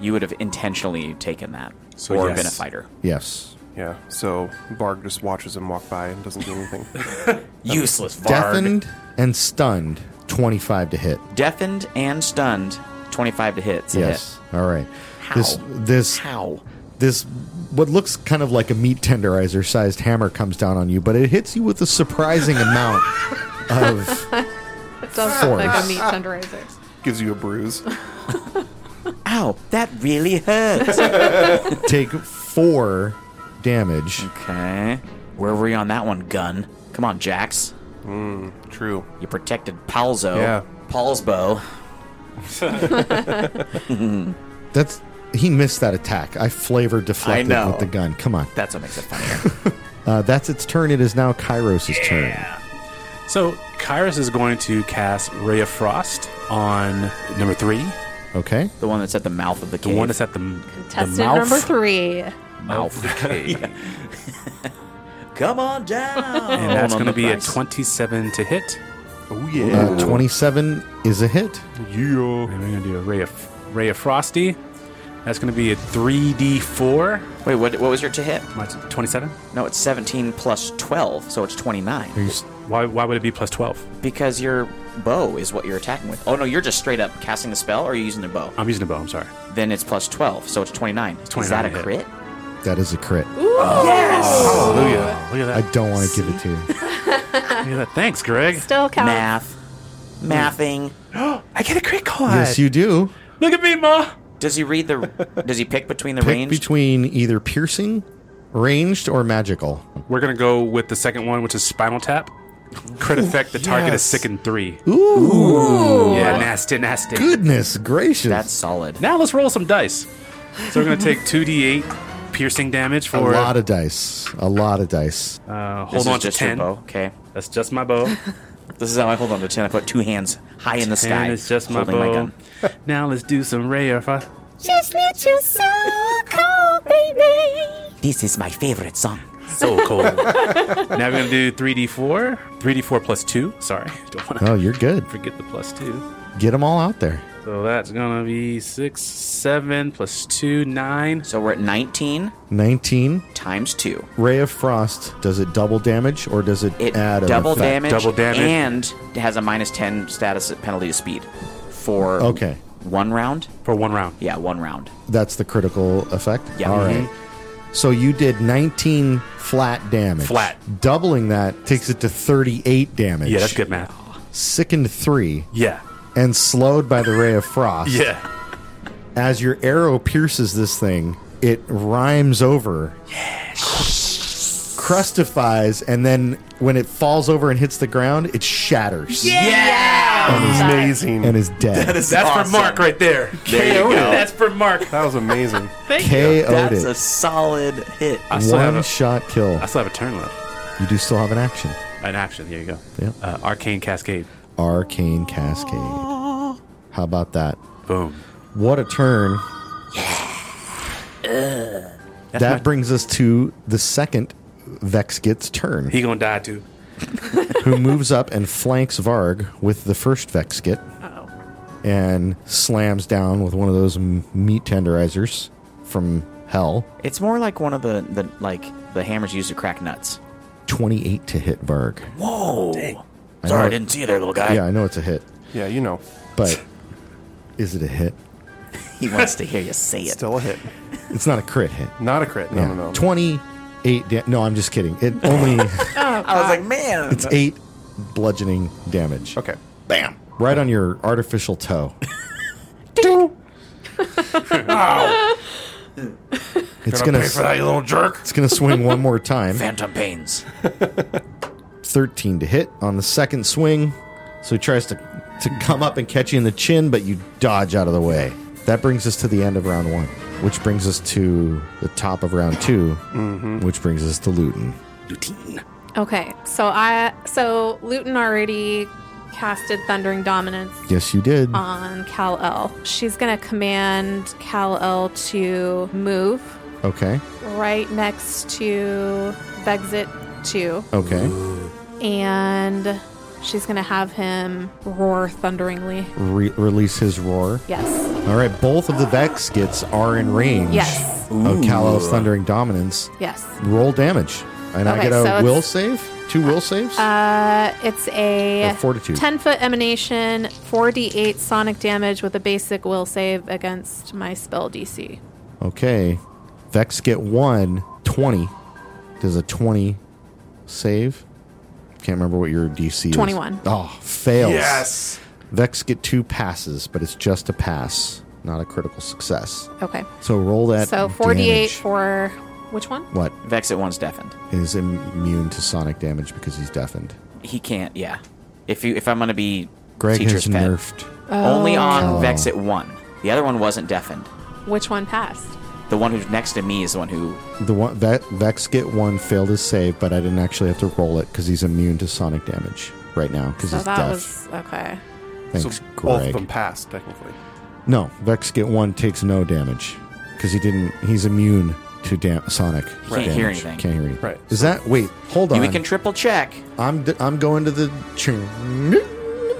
Speaker 10: You would have intentionally taken that,
Speaker 1: So
Speaker 10: or
Speaker 1: yes.
Speaker 10: been a fighter.
Speaker 5: Yes.
Speaker 9: Yeah, so Barg just watches him walk by and doesn't do anything.
Speaker 10: Useless. Varg.
Speaker 5: Deafened and stunned. Twenty-five to hit.
Speaker 10: Deafened and stunned. 25 to hit. It's a
Speaker 5: yes. All right.
Speaker 10: How?
Speaker 5: This this
Speaker 10: hit. How?
Speaker 5: this what looks kind of like a meat tenderizer sized hammer comes down on you, but it hits you with a surprising amount of
Speaker 6: It does look like a meat tenderizer.
Speaker 9: Gives you a bruise.
Speaker 10: Ow, that really hurts.
Speaker 5: take four damage.
Speaker 10: okay. Eh? Where were we on that one, gun? Come on, Jax.
Speaker 9: True.
Speaker 10: You protected Palzo.
Speaker 9: Yeah.
Speaker 10: Palsbo.
Speaker 5: That's he missed that attack. I flavor deflected
Speaker 10: know.
Speaker 5: with the gun. Come on.
Speaker 10: That's what makes it funnier.
Speaker 5: Uh, that's its turn. It is now Kairos' turn.
Speaker 1: So Kyrus is going to cast Ray of Frost on number three,
Speaker 5: Okay.
Speaker 10: The one that's at the mouth of the
Speaker 1: the
Speaker 10: cave.
Speaker 1: one that's at the, the
Speaker 6: Contestant
Speaker 1: mouth
Speaker 6: number three.
Speaker 1: of the cave,
Speaker 10: Come on down.
Speaker 1: and that's
Speaker 10: on
Speaker 1: going to
Speaker 10: the
Speaker 1: be
Speaker 10: price.
Speaker 1: a twenty-seven to hit.
Speaker 9: Oh, yeah.
Speaker 5: Uh, 27 is a hit.
Speaker 9: yeah.
Speaker 1: And we're going to do a Ray of Ray of Frosty. That's going to be a three D four.
Speaker 10: Wait, what, what was your to hit?
Speaker 1: Twenty-seven.
Speaker 10: No, it's 17 plus 12, so it's 29.
Speaker 1: Why, why would it be plus twelve?
Speaker 10: Because your bow is what you're attacking with. Oh, no, you're just straight up casting the spell, or are you using the bow?
Speaker 1: I'm using a bow. I'm sorry.
Speaker 10: Then it's plus 12, so it's 29. is
Speaker 1: 29
Speaker 10: that a
Speaker 1: to hit.
Speaker 10: crit?
Speaker 5: That is a crit.
Speaker 1: Hallelujah! Look at that.
Speaker 5: I don't want to give it to you.
Speaker 1: Look at that. Thanks, Greg.
Speaker 6: Still counts.
Speaker 10: Math. Mathing.
Speaker 1: I get a crit card.
Speaker 5: Yes, you do.
Speaker 1: Look at me, Ma.
Speaker 10: Does he read the. does he pick between the
Speaker 5: Pick
Speaker 10: range?
Speaker 5: between either piercing, ranged, or magical.
Speaker 1: We're gonna go with the second one, which is Spinal Tap. Crit effect. The target is sickened three. Ooh. Yeah, nasty, nasty.
Speaker 5: Goodness gracious.
Speaker 10: That's solid.
Speaker 1: Now let's roll some dice. So we're gonna take two d8 piercing damage
Speaker 5: a
Speaker 1: for
Speaker 5: lot of dice. A lot of dice.
Speaker 1: uh,
Speaker 10: This
Speaker 1: hold
Speaker 10: is
Speaker 1: on to
Speaker 10: just
Speaker 1: ten.
Speaker 10: your bow. Okay.
Speaker 1: That's just my bow.
Speaker 10: This is how I hold on to 10. I put two hands high in the sky.
Speaker 1: Ten is just my
Speaker 10: holding
Speaker 1: bow.
Speaker 10: gun.
Speaker 1: now let's do some ray of frost.
Speaker 8: Just let your soul go, baby.
Speaker 2: This is my favorite song.
Speaker 1: So cold. now we're gonna do three d4. Three d4 plus two. Sorry, don't want to
Speaker 5: Oh, you're good.
Speaker 1: forget the plus two.
Speaker 5: Get them all out there.
Speaker 1: So that's gonna be six, seven plus two, nine.
Speaker 10: So we're at 19
Speaker 5: 19.
Speaker 10: times 2.
Speaker 5: Ray of Frost. Does it double damage or does it,
Speaker 10: It
Speaker 5: add an
Speaker 10: double
Speaker 5: effect?
Speaker 10: damage,
Speaker 1: Double damage.
Speaker 10: and it has a minus 10 status penalty to speed for
Speaker 5: Okay.
Speaker 10: one round.
Speaker 1: for one round.
Speaker 10: Yeah, one round.
Speaker 5: That's the critical effect.
Speaker 10: Yeah.
Speaker 5: All
Speaker 1: Mm-hmm.
Speaker 5: right. So you did 19 flat damage.
Speaker 1: Flat.
Speaker 5: Doubling that takes it to 38 damage.
Speaker 1: Yeah, that's good math.
Speaker 5: Sickened three
Speaker 1: Yeah.
Speaker 5: and slowed by the ray of frost.
Speaker 1: Yeah.
Speaker 5: As your arrow pierces this thing, it rhymes over. Crustifies, and then when it falls over and hits the ground, it shatters
Speaker 9: Amazing.
Speaker 5: and is dead.
Speaker 10: Oh,
Speaker 1: That's for Mark right there.
Speaker 10: There you go.
Speaker 1: That's for Mark.
Speaker 9: that was amazing.
Speaker 5: KO'd
Speaker 10: That's a
Speaker 5: it.
Speaker 10: solid hit.
Speaker 1: I still, have
Speaker 5: One
Speaker 1: a,
Speaker 5: shot kill.
Speaker 1: I still have a turn left.
Speaker 5: You do still have an action.
Speaker 1: An action. Here you go.
Speaker 5: Yeah.
Speaker 1: Uh, Arcane Cascade.
Speaker 5: Arcane Cascade. How about that?
Speaker 1: Boom.
Speaker 5: What a turn. that brings us to the second Vex gets turn,
Speaker 1: He gonna die too.
Speaker 5: who moves up and flanks Varg with the first Vex get and slams down with one of those m- meat tenderizers from hell.
Speaker 10: It's more like one of the, the like the hammers used to crack nuts.
Speaker 5: 28 to hit Varg. know
Speaker 10: Whoa! Sorry, Oh, I
Speaker 5: it-
Speaker 10: didn't see you there, little guy.
Speaker 5: Yeah, I know it's a hit,
Speaker 9: Yeah, you know.
Speaker 5: but is it a hit?
Speaker 10: He wants to hear you say it.
Speaker 9: Still a hit.
Speaker 5: It's not a crit hit.
Speaker 9: Not a crit. No,
Speaker 5: Yeah.
Speaker 9: no, no.
Speaker 5: 28 da- No, I'm just kidding. It only
Speaker 10: I was like, man,
Speaker 5: it's 8 bludgeoning damage.
Speaker 9: Okay.
Speaker 5: Bam. Right on your artificial toe. It's
Speaker 9: Gonna
Speaker 5: gonna
Speaker 9: pay for that, you little jerk.
Speaker 5: it's gonna swing one more time.
Speaker 10: phantom pains.
Speaker 5: 13 to hit on the second swing. So he tries to to come up and catch you in the chin, but you dodge out of the way. That brings us to the end of round one, which brings us to the top of round 2
Speaker 9: Mm-hmm.
Speaker 5: which brings us to Luton.
Speaker 6: Okay, so I so Luton already casted Thundering Dominance
Speaker 5: Yes, you did.
Speaker 6: on Cal El. She's gonna command Cal El to move
Speaker 5: okay.
Speaker 6: right next to Vexit Two,
Speaker 5: Okay.
Speaker 6: and she's gonna have him roar thunderingly.
Speaker 5: Re- release his roar.
Speaker 6: Yes,
Speaker 5: All right, both of the Vex skits are in range
Speaker 6: Yes.
Speaker 5: of Kalos Thundering Dominance.
Speaker 6: yes.
Speaker 5: Roll damage. And I
Speaker 6: Okay,
Speaker 5: get
Speaker 6: so
Speaker 5: a
Speaker 6: it's-
Speaker 5: will save? Two will saves?
Speaker 6: Uh, it's a
Speaker 5: Or fortitude.
Speaker 6: ten foot emanation, four d eight sonic damage with a basic will save against my spell DC.
Speaker 5: okay. Vex get one, 20. Does a 20 save? Can't remember what your DC
Speaker 6: 21.
Speaker 5: is. Oh, fails.
Speaker 9: Yes.
Speaker 5: Vex get two passes, but it's just a pass, not a critical success.
Speaker 6: Okay.
Speaker 5: So roll that.
Speaker 6: So 48
Speaker 5: damage.
Speaker 6: for which one?
Speaker 5: What?
Speaker 10: Vex at one's deafened.
Speaker 5: Is immune to sonic damage because he's deafened.
Speaker 10: He can't. Yeah. If you if I'm gonna be
Speaker 5: Greg
Speaker 10: teacher's
Speaker 5: has Oh.
Speaker 10: pet,
Speaker 5: nerfed.
Speaker 10: only on Vex at one. The other one wasn't deafened.
Speaker 6: Which one passed?
Speaker 10: The one who's next to me is the one who.
Speaker 5: The one that Vex get one failed his save, but I didn't actually have to roll it because he's immune to sonic damage. right now because
Speaker 6: So
Speaker 5: he's
Speaker 6: that
Speaker 5: deaf.
Speaker 6: was okay.
Speaker 5: Thanks,
Speaker 1: so both of
Speaker 5: Greg.
Speaker 1: them passed technically.
Speaker 5: No, Vex get one takes no damage because he didn't. He's immune to dam- sonic. He
Speaker 10: can't hear anything.
Speaker 5: Can't hear anything.
Speaker 1: Right.
Speaker 5: Is that wait? Hold on.
Speaker 10: We can triple check.
Speaker 5: I'm d- I'm going to the ching.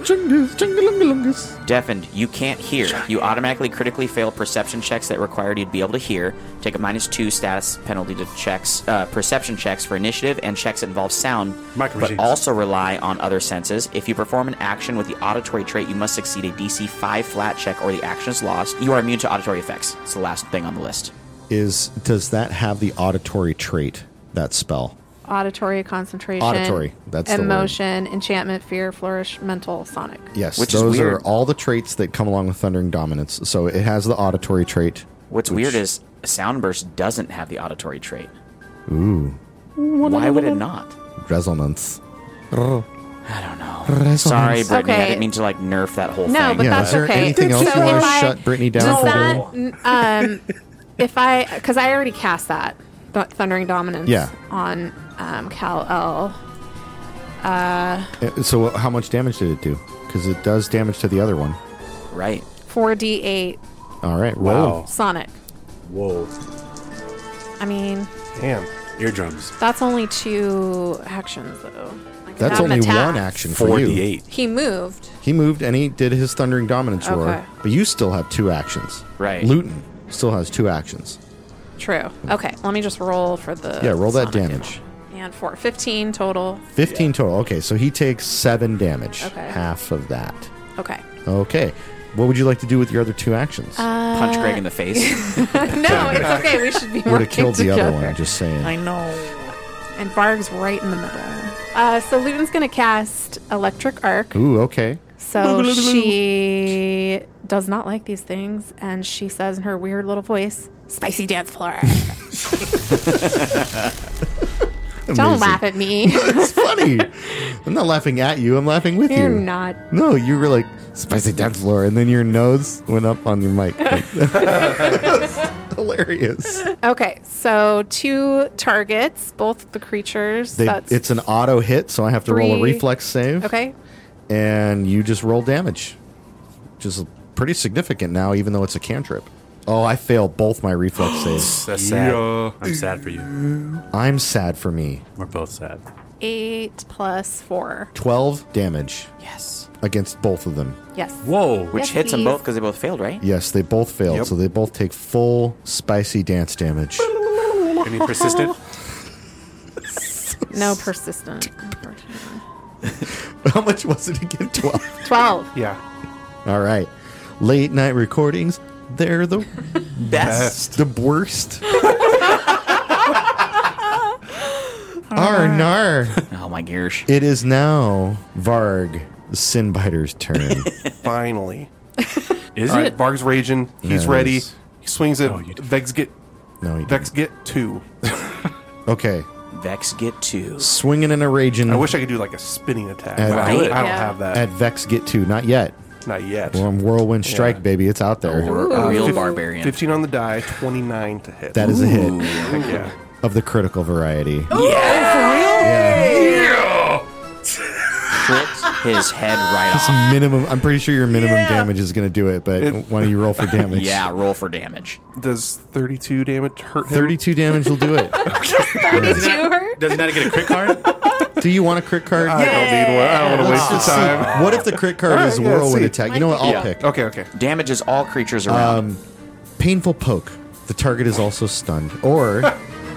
Speaker 5: Chingus, chingalungalungus.
Speaker 10: Deafened, you can't hear. You automatically critically fail perception checks that required you to be able to hear. Take a minus two status penalty to checks, uh, perception checks for initiative and checks that involve sound,
Speaker 1: Micro
Speaker 10: but
Speaker 1: machines.
Speaker 10: also rely on other senses. If you perform an action with the auditory trait, you must succeed a DC five flat check or the action is lost. You are immune to auditory effects. It's the last thing on the list.
Speaker 5: Is does that have the auditory trait? That spell.
Speaker 6: Auditory concentration.
Speaker 5: Auditory, that's the word.
Speaker 6: emotion, enchantment, fear, flourish, mental, sonic.
Speaker 5: Yes,
Speaker 10: Which is
Speaker 5: those are
Speaker 10: weird.
Speaker 5: all the traits that come along with thundering dominance. So it has the auditory trait.
Speaker 10: What's weird is Soundburst doesn't have the auditory trait. Ooh. Why would it not?
Speaker 5: Resonance.
Speaker 10: I don't know. Sorry, Brittany. I
Speaker 6: Okay.
Speaker 10: didn't mean to like nerf that whole
Speaker 6: No,
Speaker 10: thing.
Speaker 6: but
Speaker 5: Yeah,
Speaker 6: that's
Speaker 5: is there
Speaker 6: okay.
Speaker 5: anything else you
Speaker 6: if
Speaker 5: wanna
Speaker 6: I-
Speaker 5: shut Brittany down
Speaker 6: does
Speaker 5: for
Speaker 6: that, n- um, if I, because I already cast that Th- thundering dominance.
Speaker 5: Yeah.
Speaker 6: On um, Cal L.
Speaker 5: Uh, So how much damage did it do? Because it does damage to the other one.
Speaker 10: Right.
Speaker 6: 4d8
Speaker 5: All right, roll.
Speaker 1: Wow.
Speaker 6: sonic.
Speaker 1: Whoa.
Speaker 6: I mean,
Speaker 1: Damn. Eardrums.
Speaker 6: that's only two actions though. Like,
Speaker 5: That's
Speaker 6: not an
Speaker 5: only
Speaker 6: attack.
Speaker 5: one action for you.
Speaker 1: 48.
Speaker 6: He moved.
Speaker 5: He moved and he did his thundering dominance
Speaker 6: Okay.
Speaker 5: roar, but you still have two actions.
Speaker 10: Right.
Speaker 5: Luton still has two actions.
Speaker 6: True. Okay, let me just roll for the.
Speaker 5: Yeah, roll that
Speaker 6: sonic.
Speaker 5: damage.
Speaker 6: And four. 15 total.
Speaker 5: 15 total. Okay, so he takes 7 damage.
Speaker 6: Okay.
Speaker 5: Half of that.
Speaker 6: Okay.
Speaker 5: Okay. What would you like to do with your other two actions?
Speaker 10: Punch Greg in the face.
Speaker 6: no, it's okay. We should be
Speaker 5: Would
Speaker 6: working
Speaker 5: have killed the
Speaker 6: together.
Speaker 5: other one, I'm just saying.
Speaker 6: And Varg's right in the middle. Uh, so Luton's going to cast Electric Arc.
Speaker 5: Ooh, okay.
Speaker 6: So she does not like these things, and she says in her weird little voice, "Spicy dance floor." Don't laugh at me.
Speaker 5: It's funny. I'm not laughing at you, I'm laughing with
Speaker 6: You're
Speaker 5: you.
Speaker 6: not.
Speaker 5: No, you were like spicy dance floor, and then your nose went up on your mic. Hilarious.
Speaker 6: Okay, so two targets, both the creatures.
Speaker 5: They,
Speaker 6: that's
Speaker 5: it's an auto hit, so I have to roll a
Speaker 6: Three.
Speaker 5: reflex save.
Speaker 6: okay.
Speaker 5: and you just roll damage, which is pretty significant now, even though it's a cantrip. Oh, I fail both my reflex saves.
Speaker 1: That's sad.
Speaker 9: Yeah.
Speaker 1: I'm sad for you.
Speaker 5: I'm sad for me.
Speaker 1: We're both sad.
Speaker 6: Eight plus four.
Speaker 5: Twelve damage
Speaker 10: yes.
Speaker 5: against both of them.
Speaker 6: Yes.
Speaker 1: Whoa.
Speaker 10: Which
Speaker 6: Yes,
Speaker 10: hits them
Speaker 6: please.
Speaker 10: both because they both failed, right?
Speaker 5: Yes, they both failed, so they both take full spicy dance damage.
Speaker 1: Any persistent?
Speaker 6: No persistent. unfortunately.
Speaker 5: How much was it again? Twelve.
Speaker 6: Twelve.
Speaker 1: Yeah.
Speaker 5: All right. Late night recordings. They're the
Speaker 10: Best.
Speaker 5: the worst. Arnar.
Speaker 10: Oh my gosh.
Speaker 5: It is now Varg the Sinbiter's turn.
Speaker 9: Finally.
Speaker 1: Is
Speaker 9: All right,
Speaker 1: it?
Speaker 9: Varg's raging. He's
Speaker 5: it
Speaker 9: ready.
Speaker 5: is.
Speaker 9: He swings it.
Speaker 1: No, Oh, you don't.
Speaker 9: Vex get
Speaker 5: No, he
Speaker 9: Vex
Speaker 5: didn't.
Speaker 9: get two.
Speaker 5: Okay,
Speaker 10: Vex get two.
Speaker 5: swinging and a raging
Speaker 9: I wish I could do like a spinning attack.
Speaker 5: At-
Speaker 9: but I don't,
Speaker 10: Right.
Speaker 9: I don't
Speaker 6: Yeah.
Speaker 9: have that.
Speaker 5: at Vex get two. Not yet.
Speaker 9: Not Uh, yet.
Speaker 5: Well, I'm whirlwind strike,
Speaker 9: Yeah.
Speaker 5: baby. It's out there.
Speaker 10: Or a real
Speaker 9: fif-
Speaker 10: barbarian.
Speaker 9: 15 on the die, 29 to hit.
Speaker 5: That is a hit
Speaker 9: Heck yeah.
Speaker 5: of the critical variety.
Speaker 10: Crit his head right off.
Speaker 5: Minimum. I'm pretty sure your minimum damage is going to do it, but why don't you roll for damage?
Speaker 10: Yeah, roll for damage.
Speaker 9: Does 32 damage hurt him?
Speaker 5: 32 damage will do it.
Speaker 6: Did you hurt?
Speaker 1: Doesn't that get a crit card?
Speaker 5: Do you want a crit card?
Speaker 9: I don't need one. I don't want to
Speaker 5: Let's
Speaker 9: waste
Speaker 5: just
Speaker 9: the
Speaker 5: see.
Speaker 9: time.
Speaker 5: What if the crit card
Speaker 9: All right,
Speaker 5: is
Speaker 9: yeah,
Speaker 5: whirlwind
Speaker 9: see.
Speaker 5: attack? You know what? I'll
Speaker 6: Yeah.
Speaker 5: pick.
Speaker 9: Okay, okay.
Speaker 10: Damages all creatures around.
Speaker 5: Painful poke. The target is also stunned. Or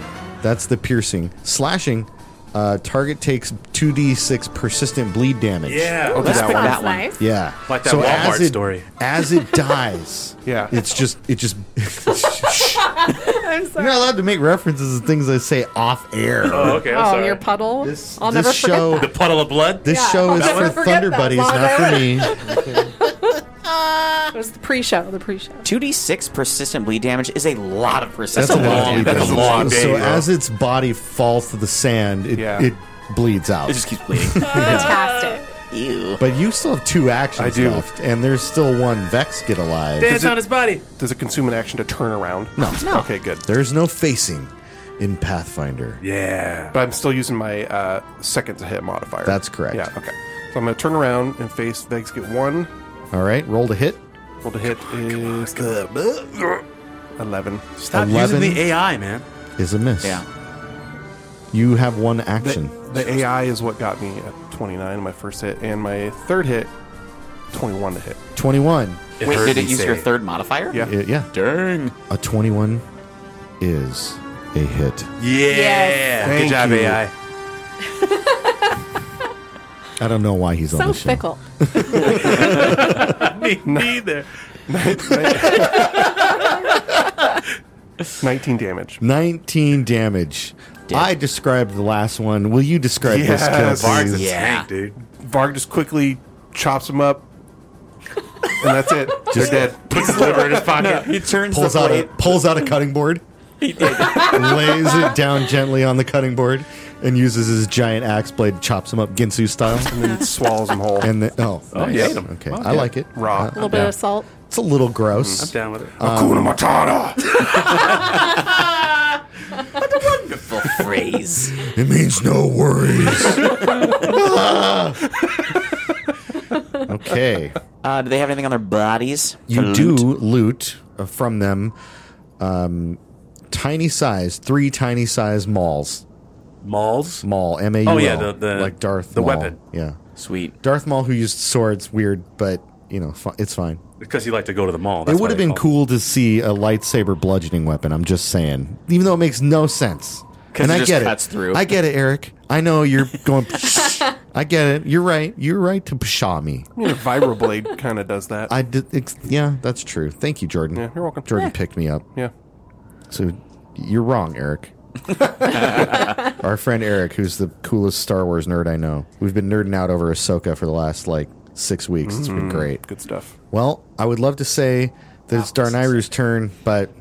Speaker 5: that's the piercing. Slashing. Uh, target takes 2d6 persistent bleed damage.
Speaker 1: Yeah.
Speaker 9: I'll do
Speaker 10: Let's
Speaker 9: that
Speaker 10: pick
Speaker 9: one.
Speaker 10: that
Speaker 6: That's
Speaker 10: one.
Speaker 6: nice.
Speaker 5: Yeah.
Speaker 1: Like that Walmart
Speaker 5: as it,
Speaker 1: story.
Speaker 5: As it dies,
Speaker 9: Yeah.
Speaker 5: it's just it just You're not allowed to make references to things I say off air.
Speaker 1: Oh, okay. I'm
Speaker 6: Oh,
Speaker 1: sorry.
Speaker 6: your puddle.
Speaker 5: This-
Speaker 6: I'll
Speaker 5: this
Speaker 6: never
Speaker 5: show-
Speaker 6: forget
Speaker 1: The puddle of blood?
Speaker 5: This
Speaker 6: Yeah,
Speaker 5: show
Speaker 6: I'll
Speaker 5: is
Speaker 6: never
Speaker 5: for
Speaker 6: forget
Speaker 5: Thunder
Speaker 6: that.
Speaker 5: Buddies,
Speaker 6: Long
Speaker 5: not for me.
Speaker 6: that. It was the pre-show. The pre-show.
Speaker 10: 2d6 persistent bleed damage is a lot of
Speaker 5: That's a
Speaker 10: persistent
Speaker 5: long
Speaker 10: bleed
Speaker 5: bleed.
Speaker 10: damage.
Speaker 1: that's a long
Speaker 5: so
Speaker 1: day, bro.
Speaker 5: as its body falls to the sand, it,
Speaker 9: Yeah.
Speaker 5: it bleeds out.
Speaker 10: It just keeps bleeding.
Speaker 6: Fantastic.
Speaker 10: Ew.
Speaker 5: But you still have two actions
Speaker 9: I do.
Speaker 5: left, and there's still one Vex get alive.
Speaker 1: Dance on his body.
Speaker 9: Does it consume an action to turn around? No. Okay, good.
Speaker 5: There's no facing in Pathfinder.
Speaker 1: Yeah.
Speaker 9: But I'm still using my uh, second to hit modifier.
Speaker 5: That's correct.
Speaker 9: Yeah, okay. So I'm going to turn around and face Vegs get one.
Speaker 5: All right, roll to hit.
Speaker 9: Roll to hit is the 11.
Speaker 1: Stop
Speaker 5: 11.
Speaker 1: using the AI, man.
Speaker 5: Is a miss.
Speaker 10: Yeah.
Speaker 5: You have one action.
Speaker 9: The AI is what got me at 29, my first hit, and my third hit, 21 to hit.
Speaker 5: 21.
Speaker 10: Wait,
Speaker 1: heard
Speaker 10: did it
Speaker 1: me
Speaker 10: use
Speaker 1: say
Speaker 10: your third modifier?
Speaker 9: Yeah.
Speaker 5: I- yeah.
Speaker 10: Dang.
Speaker 5: A 21 is a hit.
Speaker 1: Yeah. Good
Speaker 9: Thank
Speaker 1: job,
Speaker 9: you.
Speaker 1: AI.
Speaker 5: I don't know why he's on
Speaker 6: So
Speaker 5: the show.
Speaker 6: fickle.
Speaker 1: Me neither.
Speaker 9: 19 damage.
Speaker 5: 19 damage. I described the last one. Will you describe
Speaker 9: Yes.
Speaker 5: this kill,
Speaker 1: Varg's a
Speaker 5: please?
Speaker 1: tank, dude.
Speaker 9: Varg just quickly chops him up, and that's it.
Speaker 5: Just
Speaker 9: They're dead.
Speaker 1: Puts his liver in his pocket.
Speaker 10: He turns
Speaker 5: pulls
Speaker 10: the
Speaker 5: out a
Speaker 10: blade.
Speaker 5: pulls out a cutting board. lays it down gently on the cutting board and uses his giant axe blade, chops him up Ginsu style.
Speaker 9: And then swallows him whole.
Speaker 5: And then, oh, nice.
Speaker 1: you ate 'em.
Speaker 5: okay, I like it.
Speaker 9: Raw.
Speaker 6: A little bit of salt.
Speaker 5: It's a little gross.
Speaker 1: I'm down with it.
Speaker 9: Hakuna Matata!
Speaker 10: Full phrase.
Speaker 5: It means no worries. okay.
Speaker 10: Uh, do they have anything on their bodies?
Speaker 5: You
Speaker 10: To
Speaker 5: do
Speaker 10: loot?
Speaker 5: loot, uh, from them um, tiny size, three tiny size mauls.
Speaker 1: Malls.
Speaker 5: Maul, M A U L.
Speaker 1: Oh, yeah, the- the-
Speaker 5: like Darth
Speaker 1: the
Speaker 5: Maul.
Speaker 1: weapon.
Speaker 5: Yeah.
Speaker 10: Sweet.
Speaker 5: Darth Maul, who used swords, weird, but, you know, fi- it's fine.
Speaker 1: Because you like to go to the mall.
Speaker 5: it would have been cool to see a lightsaber bludgeoning weapon. I'm just saying, even though it makes no sense.
Speaker 10: 'Cause
Speaker 5: And
Speaker 10: it
Speaker 5: I
Speaker 10: just
Speaker 5: get
Speaker 10: cuts
Speaker 5: it.
Speaker 10: through.
Speaker 5: I get it, Eric. I know you're going. I get it. You're right. You're right to pshaw me.
Speaker 9: I mean, a Vibroblade kind of does that.
Speaker 5: I did. It's, yeah, that's true. Thank you, Jordan.
Speaker 9: Yeah, you're welcome.
Speaker 5: Jordan picked me up.
Speaker 9: yeah.
Speaker 5: So you're wrong, Eric. Our friend Eric, who's the coolest Star Wars nerd I know, we've been nerding out over Ahsoka for the last like six weeks. It's been great.
Speaker 9: Good stuff.
Speaker 5: Well, I would love to say that it's Darnayru's turn, but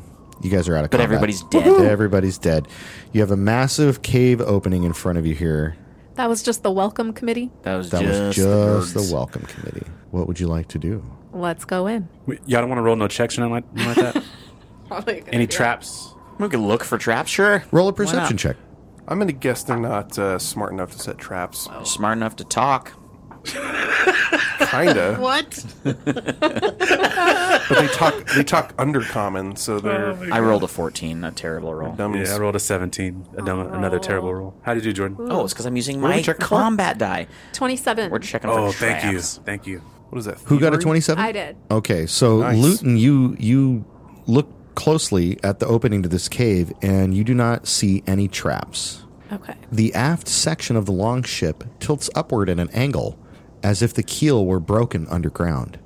Speaker 5: you guys are out of
Speaker 10: But
Speaker 5: combat.
Speaker 10: everybody's dead.
Speaker 5: Everybody's dead. You have a massive cave opening in front of you here.
Speaker 6: That was just the welcome committee.
Speaker 10: That was
Speaker 5: That
Speaker 10: just,
Speaker 5: was just the, welcome committee. What would you like to do?
Speaker 6: Let's go in.
Speaker 1: cool. Y'all don't want to roll no checks or nothing like, nothing like that?
Speaker 6: Probably
Speaker 1: Any traps?
Speaker 10: We could look for traps, sure.
Speaker 5: Roll a
Speaker 10: Why
Speaker 5: perception
Speaker 10: not?
Speaker 5: check.
Speaker 9: I'm going to guess they're not uh, smart enough to set traps.
Speaker 10: Smart enough to talk.
Speaker 9: Kind of.
Speaker 12: What?
Speaker 9: but they talk They talk undercommon, so they're
Speaker 10: I rolled a 14, a terrible roll.
Speaker 9: dummies.
Speaker 1: Yeah, I rolled a 17. A dumb, another terrible roll. How did you do, Jordan?
Speaker 10: Oh, it's because I'm using
Speaker 9: are we
Speaker 10: my
Speaker 9: checking for?
Speaker 10: combat die.
Speaker 6: 27.
Speaker 10: We're checking
Speaker 1: Oh,
Speaker 10: for traps.
Speaker 1: thank you. Thank you.
Speaker 9: What is that?
Speaker 5: Who got a
Speaker 9: thievery?
Speaker 5: 27?
Speaker 6: I did.
Speaker 5: Okay, so
Speaker 9: Nice.
Speaker 5: Luton, you you look closely at the opening to this cave and you do not see any traps.
Speaker 6: Okay.
Speaker 5: The aft section of the longship tilts upward at an angle, as if the keel were broken underground.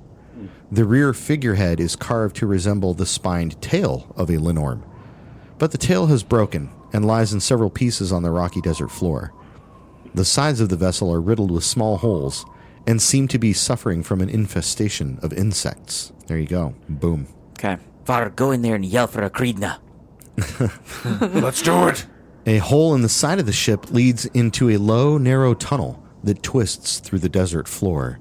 Speaker 5: The rear figurehead is carved to resemble the spined tail of a linorm, but the tail has broken and lies in several pieces on the rocky desert floor. The sides of the vessel are riddled with small holes and seem to be suffering from an infestation of insects. There you go. Boom.
Speaker 10: Okay. Var, go in there and yell for a Kridna.
Speaker 9: Let's do it!
Speaker 5: A hole in the side of the ship leads into a low, narrow tunnel that twists through the desert floor.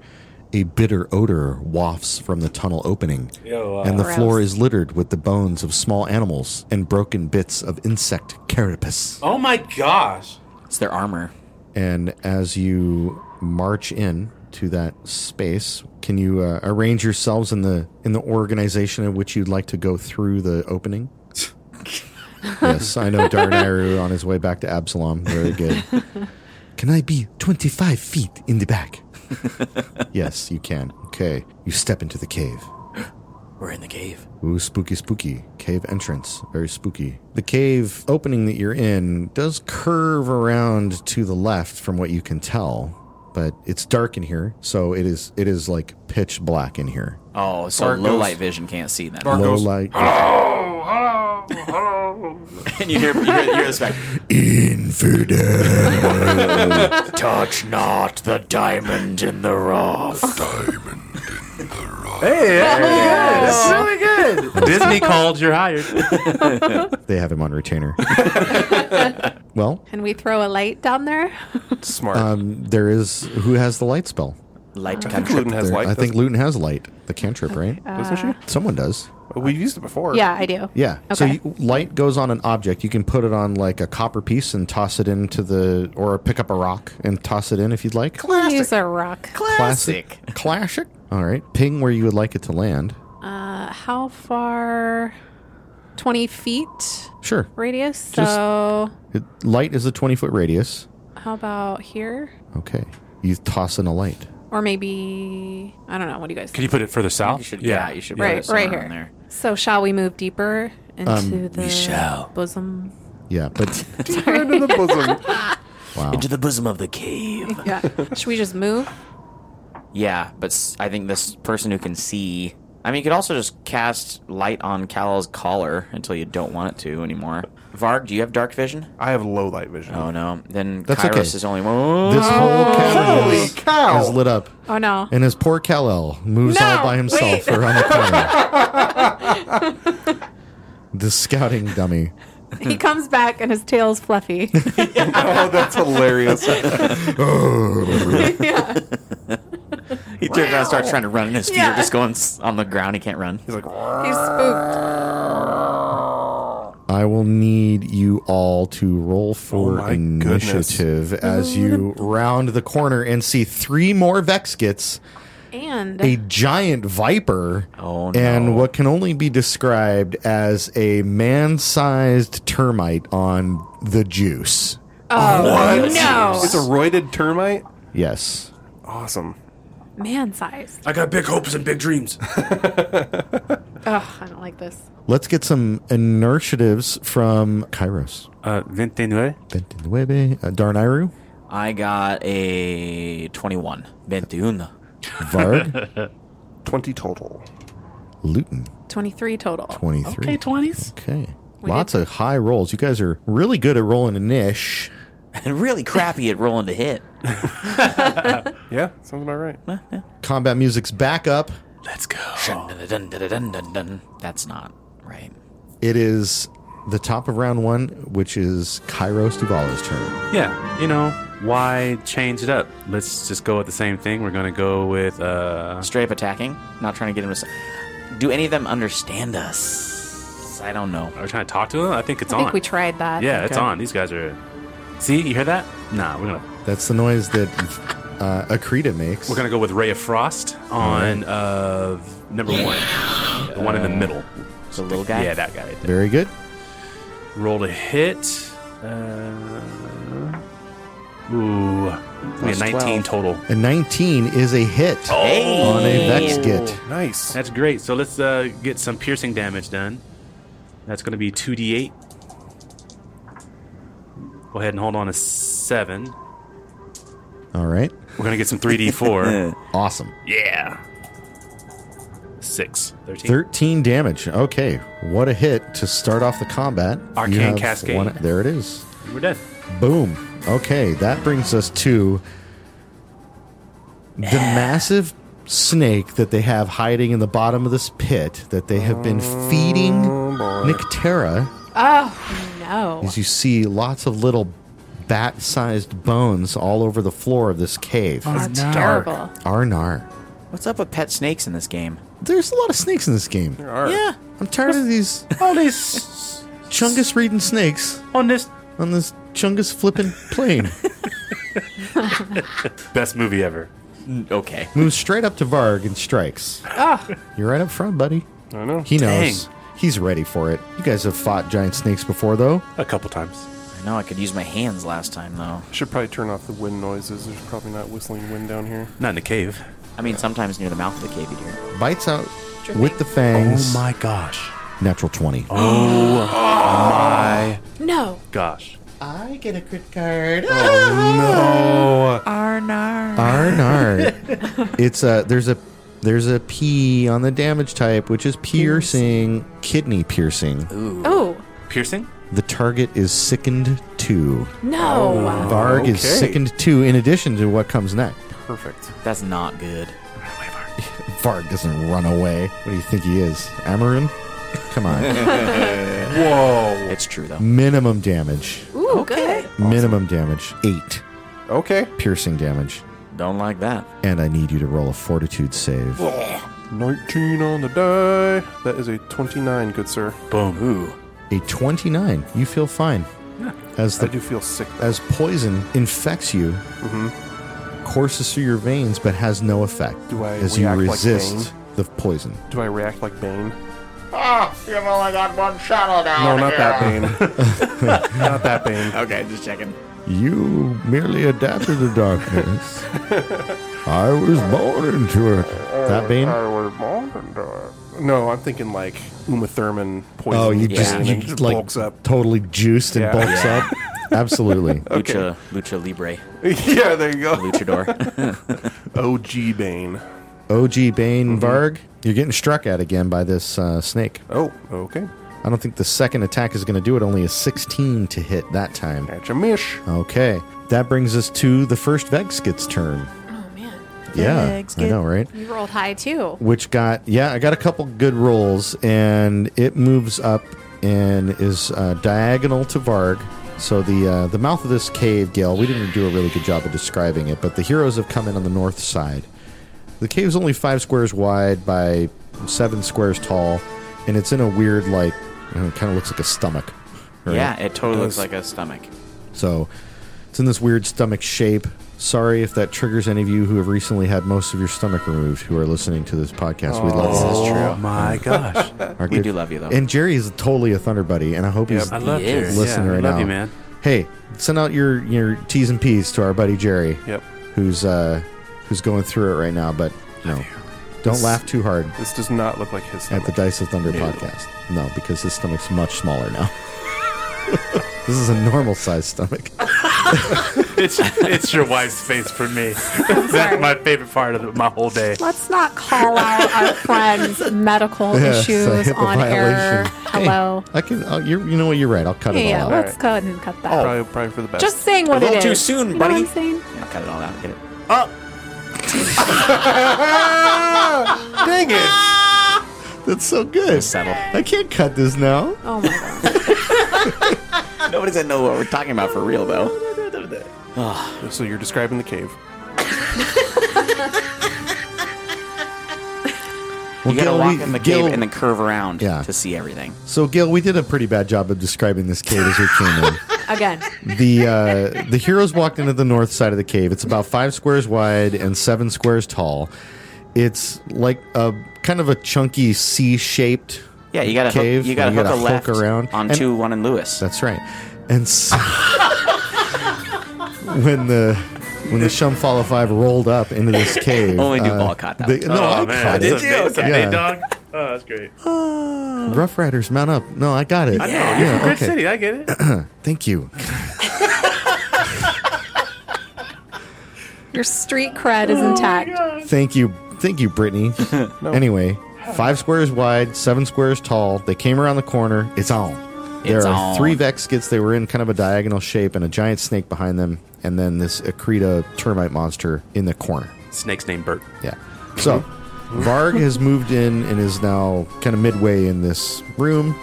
Speaker 5: A bitter odor wafts from the tunnel opening, and the
Speaker 6: Gross.
Speaker 5: floor is littered with the bones of small animals and broken bits of insect carapace.
Speaker 1: Oh my gosh.
Speaker 10: It's their armor.
Speaker 5: And as you march in to that space, can you uh, arrange yourselves in the in the organization in which you'd like to go through the opening? yes, I know Darnayru on his way back to Absalom. Very good. Can I be 25 feet in the back? yes, you can. Okay. You step into the cave.
Speaker 10: We're in the cave.
Speaker 5: Ooh, spooky, spooky. Cave entrance. Very spooky. The cave opening that you're in does curve around to the left from what you can tell, but it's dark in here, so it is it is like pitch black in here.
Speaker 10: Oh, so
Speaker 9: Varg
Speaker 10: low
Speaker 9: goes-
Speaker 10: light vision can't see them.
Speaker 5: Low light.
Speaker 10: and you hear, you hear, you hear this back.
Speaker 5: Infidel.
Speaker 10: Touch not the diamond in the rough.
Speaker 1: Hey, that's really good. Disney called, you're hired.
Speaker 5: they have him on retainer. well,
Speaker 6: Can we throw a light down there?
Speaker 9: Smart.
Speaker 5: um, there is who has the light spell?
Speaker 10: Light
Speaker 9: I think Gluten
Speaker 10: cantrip.
Speaker 9: has
Speaker 5: There-
Speaker 9: light. Uh,
Speaker 5: I think Luton has light, the cantrip, right?
Speaker 9: doesn't she?
Speaker 5: Someone does.
Speaker 1: We've used it before.
Speaker 6: Yeah, I do.
Speaker 5: Yeah. So
Speaker 6: Okay.
Speaker 5: you, light goes on an object. You can put it on like a copper piece and toss it into the, or pick up a rock and toss it in if you'd like.
Speaker 6: Use a rock.
Speaker 5: Classic. Classic. All right. Ping where you would like it to land.
Speaker 6: Uh, how far? 20 feet
Speaker 5: Sure.
Speaker 6: radius.
Speaker 5: Just-
Speaker 6: So
Speaker 5: It, light is a 20 foot radius.
Speaker 6: how about here?
Speaker 5: Okay. You toss in a light.
Speaker 6: Or maybe, I don't know. What do you guys
Speaker 1: Can you
Speaker 6: think?
Speaker 1: put it further south?
Speaker 10: You should, yeah. you should. put
Speaker 6: Right,
Speaker 10: it somewhere
Speaker 6: right here.
Speaker 10: on There.
Speaker 6: So shall we move deeper into
Speaker 5: Um,
Speaker 6: the bosom?
Speaker 5: Yeah. But wow.
Speaker 2: Into the bosom of the cave.
Speaker 6: Yeah. Should we just move?
Speaker 10: Yeah, but s- I think this person who can see. I mean, you could also just cast light on Cal's collar until you don't want it to anymore. Varg, do you have dark vision?
Speaker 12: I have low light vision.
Speaker 10: Oh no, then
Speaker 5: That's
Speaker 10: Kairos
Speaker 5: okay.
Speaker 10: is only one.
Speaker 5: This whole cabin
Speaker 12: Holy
Speaker 5: is,
Speaker 12: cow.
Speaker 5: is lit up.
Speaker 6: Oh, no.
Speaker 5: And his poor Kal-El moves all
Speaker 6: No,
Speaker 5: by himself
Speaker 6: wait.
Speaker 5: around the corner. the scouting dummy.
Speaker 6: he comes back and his tail's fluffy.
Speaker 12: oh, that's hilarious.
Speaker 6: yeah.
Speaker 10: he turns around and starts trying to run, and his feet
Speaker 6: Yeah.
Speaker 10: are just going s- on the ground. He can't run.
Speaker 6: He's spooked.
Speaker 5: I will need you all to roll for
Speaker 12: my goodness.
Speaker 5: initiative as you round the corner and see three more Vexkits,
Speaker 6: And
Speaker 5: a giant viper,
Speaker 10: Oh, no.
Speaker 5: and what can only be described as a man sized termite on the juice.
Speaker 12: what?
Speaker 6: no.
Speaker 12: It's a roided termite?
Speaker 5: Yes.
Speaker 12: Awesome.
Speaker 6: man sized.
Speaker 9: I got big hopes and big dreams.
Speaker 6: Oh, I don't like this.
Speaker 5: Let's get some initiatives from Kairos.
Speaker 1: Uh, 29.
Speaker 5: Bentinwebe, uh, Darnayru,
Speaker 10: I got a twenty-one. Bentoon.
Speaker 5: Varg,
Speaker 12: 20 total.
Speaker 5: Luton,
Speaker 6: 23 total.
Speaker 5: 23.
Speaker 1: twenties.
Speaker 5: Okay. Lots of high rolls. You guys are really good at rolling a niche.
Speaker 10: And really crappy at rolling to hit.
Speaker 1: Yeah, sounds about right.
Speaker 5: Combat music's back up.
Speaker 10: Let's go.
Speaker 1: Oh.
Speaker 10: Dun, dun, dun, dun, dun, dun. That's not right.
Speaker 5: It is the top of round one, which is Kairos Duvala's turn.
Speaker 1: Yeah, you know why change it up? Let's just go with the same thing. We're gonna go with uh.
Speaker 10: Straight up attacking. Not trying to get him to. s- Do any of them understand us? I don't know.
Speaker 1: Are we trying to talk to them? I think it's
Speaker 6: I
Speaker 1: on.
Speaker 6: think we tried that.
Speaker 1: yeah, it's on. These guys are. See, you hear that? Nah, we're gonna
Speaker 5: That's the noise that uh, Akrita makes.
Speaker 1: we're gonna go with Ray of Frost on uh number one, the one in the middle.
Speaker 10: The little guy.
Speaker 1: Yeah, that guy. Right there.
Speaker 5: Very good.
Speaker 1: Roll to hit. Uh, ooh, we had 19 total.
Speaker 5: A 19 is a hit
Speaker 10: Hey.
Speaker 5: on a Vex Git.
Speaker 12: Nice.
Speaker 1: That's great. So let's uh, get some piercing damage done. That's going to be 2d8. Go ahead and hold on a 7. We're
Speaker 5: All right.
Speaker 1: going to get some 3d4.
Speaker 5: Awesome.
Speaker 1: yeah. 6. 13.
Speaker 5: 13 damage. Okay. What a hit to start off the combat. You
Speaker 1: Arcane
Speaker 5: have
Speaker 1: Cascade.
Speaker 5: there it is.
Speaker 1: We're dead.
Speaker 5: Boom. Okay, that brings us to the massive snake that they have hiding in the bottom of this pit that they have been feeding
Speaker 1: Oh,
Speaker 5: Nictera.
Speaker 6: No.
Speaker 5: As you see, lots of little bat sized bones all over the floor of this cave.
Speaker 6: That's terrible.
Speaker 5: Arnar.
Speaker 10: What's up with pet snakes in this game?
Speaker 5: There's a lot of snakes in this game.
Speaker 10: Yeah.
Speaker 5: I'm tired of these
Speaker 1: All this
Speaker 5: chungus reading snakes
Speaker 1: on this
Speaker 5: on this chungus flipping plane.
Speaker 1: best movie ever.
Speaker 10: Okay.
Speaker 5: moves straight up to Varg and strikes. You're right up front, buddy. I know. He knows.
Speaker 1: Dang.
Speaker 5: He's ready for it. You guys have fought giant snakes before, though.
Speaker 1: A couple times.
Speaker 10: I know I could use my hands last time though.
Speaker 12: Should probably turn off the wind noises. There's probably not whistling wind down here.
Speaker 1: Not in the cave.
Speaker 10: I mean, sometimes near the mouth of the cave you do.
Speaker 5: Bites out with the fangs.
Speaker 1: Oh gosh.
Speaker 5: Natural 20.
Speaker 6: No.
Speaker 1: Gosh.
Speaker 5: I get a crit card. Oh,
Speaker 6: Arnar.
Speaker 5: Arnar. it's a there's a there's a P on the damage type, which is piercing, kidney piercing.
Speaker 6: Oh,
Speaker 1: Piercing?
Speaker 5: The target is sickened two.
Speaker 6: no.
Speaker 5: Varg is
Speaker 12: okay.
Speaker 5: sickened two. In addition to what comes next,
Speaker 12: Perfect.
Speaker 10: That's not good.
Speaker 5: Varg doesn't run away. What do you think he is, Amarin? Come on.
Speaker 10: It's true though.
Speaker 5: Minimum damage.
Speaker 6: Ooh, good.
Speaker 5: Minimum damage. Eight
Speaker 12: Okay.
Speaker 5: piercing damage.
Speaker 10: Don't like that.
Speaker 5: And I need you to roll a fortitude save.
Speaker 12: 19 on the die. That is a 29, good sir.
Speaker 1: Boom.
Speaker 12: Ooh.
Speaker 5: A 29. You feel fine. As
Speaker 12: I
Speaker 5: the
Speaker 12: do feel sick.
Speaker 5: as poison infects you, courses through your veins but has no effect
Speaker 12: Mm-hmm. Do I
Speaker 5: as you
Speaker 12: react like
Speaker 5: resist the poison.
Speaker 12: Do I react like Bane?
Speaker 13: Ah, you've only got one shadow
Speaker 12: No,
Speaker 13: down
Speaker 12: not
Speaker 13: here.
Speaker 12: that Bane. not that Bane.
Speaker 10: Okay, just checking.
Speaker 14: You merely adapt to the darkness. I was born into it.
Speaker 5: That Bane?
Speaker 12: I was born into it. No, I'm thinking like Uma Thurman poison.
Speaker 5: Oh, you just,
Speaker 12: and
Speaker 5: you
Speaker 12: then
Speaker 5: just, like
Speaker 12: bulks up.
Speaker 5: totally juiced and
Speaker 12: Yeah.
Speaker 5: bulks up. Absolutely.
Speaker 10: Lucha, Lucha Libre,
Speaker 12: yeah, there you go.
Speaker 10: Luchador.
Speaker 12: OG Bane.
Speaker 5: OG
Speaker 12: Mm-hmm.
Speaker 5: Bane Varg, you're getting struck at again by this uh, snake.
Speaker 12: Oh, okay.
Speaker 5: I don't think the second attack is going to do it. Only a 16 to hit that time.
Speaker 12: That's a mish.
Speaker 5: Okay, that brings us to the first Vegskit's turn.
Speaker 6: Oh man,
Speaker 5: Yeah, I know, right?
Speaker 6: you rolled high too.
Speaker 5: Which got yeah, I got a couple good rolls, and it moves up and is uh, diagonal to Varg. So the uh, the mouth of this cave, Gale, we didn't do a really good job of describing it, but the heroes have come in on the north side. The cave's only five squares wide by seven squares tall, and it's in a weird like, you know, it kind of looks like a stomach. right?
Speaker 10: Yeah, it totally looks like a stomach.
Speaker 5: So it's in this weird stomach shape. Sorry if that triggers any of you who have recently had most of your stomach removed who are listening to this podcast. we love
Speaker 10: This
Speaker 5: you.
Speaker 10: is
Speaker 1: Oh
Speaker 10: true.
Speaker 1: my gosh.
Speaker 5: Our
Speaker 10: We
Speaker 5: good-
Speaker 10: do love you though.
Speaker 5: And Jerry is totally a Thunder Buddy, and I hope he's
Speaker 1: I love you.
Speaker 10: is.
Speaker 5: listening
Speaker 1: yeah,
Speaker 5: right
Speaker 1: I love
Speaker 5: now.
Speaker 1: you, man.
Speaker 5: Hey, send out your, your T's and P's to our buddy Jerry,
Speaker 12: Yep.
Speaker 5: who's uh, who's going through it right now, but you know, don't
Speaker 12: This-
Speaker 5: laugh too hard
Speaker 12: This does not look like his
Speaker 5: at
Speaker 12: stomach.
Speaker 5: the Dice of Thunder podcast. No, because his stomach's much smaller now. this is a normal sized stomach.
Speaker 1: It's it's your wife's face for me. That's my favorite part of the, my whole day.
Speaker 6: Let's not call out our friends' medical
Speaker 5: Yeah, it's a
Speaker 6: issues
Speaker 5: HIPAA
Speaker 6: on air.
Speaker 5: violation. Hey,
Speaker 6: Hello.
Speaker 5: I can. Oh, you're, you know what? You're right. Oh. I'll cut
Speaker 6: Yeah,
Speaker 5: it
Speaker 6: yeah,
Speaker 5: all out.
Speaker 6: let's go ahead and cut that.
Speaker 12: probably, probably for the best.
Speaker 6: Just saying what
Speaker 10: A little
Speaker 6: it is.
Speaker 10: too soon,
Speaker 6: You know
Speaker 10: buddy.
Speaker 6: what I'm saying?
Speaker 10: Yeah, cut it all out. Get it.
Speaker 12: dang it!
Speaker 5: That's so good.
Speaker 10: Settle.
Speaker 5: I can't cut this now.
Speaker 6: Oh my god.
Speaker 10: Nobody's gonna know what we're talking about for real though.
Speaker 12: So you're describing the cave.
Speaker 5: Well,
Speaker 10: you gotta
Speaker 5: Gil,
Speaker 10: walk
Speaker 5: we-
Speaker 10: in the
Speaker 5: Gil-
Speaker 10: cave and then curve around
Speaker 5: Yeah.
Speaker 10: to see everything.
Speaker 5: So, Gil, we did a pretty bad job of describing this cave as we came in.
Speaker 6: Again,
Speaker 5: the uh, the heroes walked into the north side of the cave. It's about five squares wide and seven squares tall. It's like a kind of a chunky C shaped.
Speaker 10: Yeah, you gotta
Speaker 5: cave.
Speaker 10: hook, you gotta hook a left
Speaker 5: around
Speaker 10: onto
Speaker 5: And-
Speaker 10: one and Lewis.
Speaker 5: That's right. And so, when the when the Shumfalla Five rolled up into this cave,
Speaker 10: Only Duval caught that
Speaker 5: they-
Speaker 10: one.
Speaker 5: No,
Speaker 1: Oh,
Speaker 5: I caught it.
Speaker 1: That's amazing.
Speaker 10: Okay.
Speaker 1: Hey,
Speaker 5: Yeah.
Speaker 1: dog. Oh, that's great.
Speaker 5: Rough Riders, mount up. No, I got it.
Speaker 1: No, you're from Grid City. I get it.
Speaker 5: Thank you.
Speaker 6: your street cred is intact.
Speaker 5: Thank you. Thank you, Brittany. Anyway, five squares wide, seven squares tall. They came around the corner. It's on. There
Speaker 10: It's
Speaker 5: are
Speaker 10: on.
Speaker 5: three Vex skits. They were in kind of a diagonal shape and a giant snake behind them, and then this Akrita termite monster in the corner.
Speaker 1: Snake's name Bert.
Speaker 5: Yeah. So, Varg has moved in and is now kind of midway in this room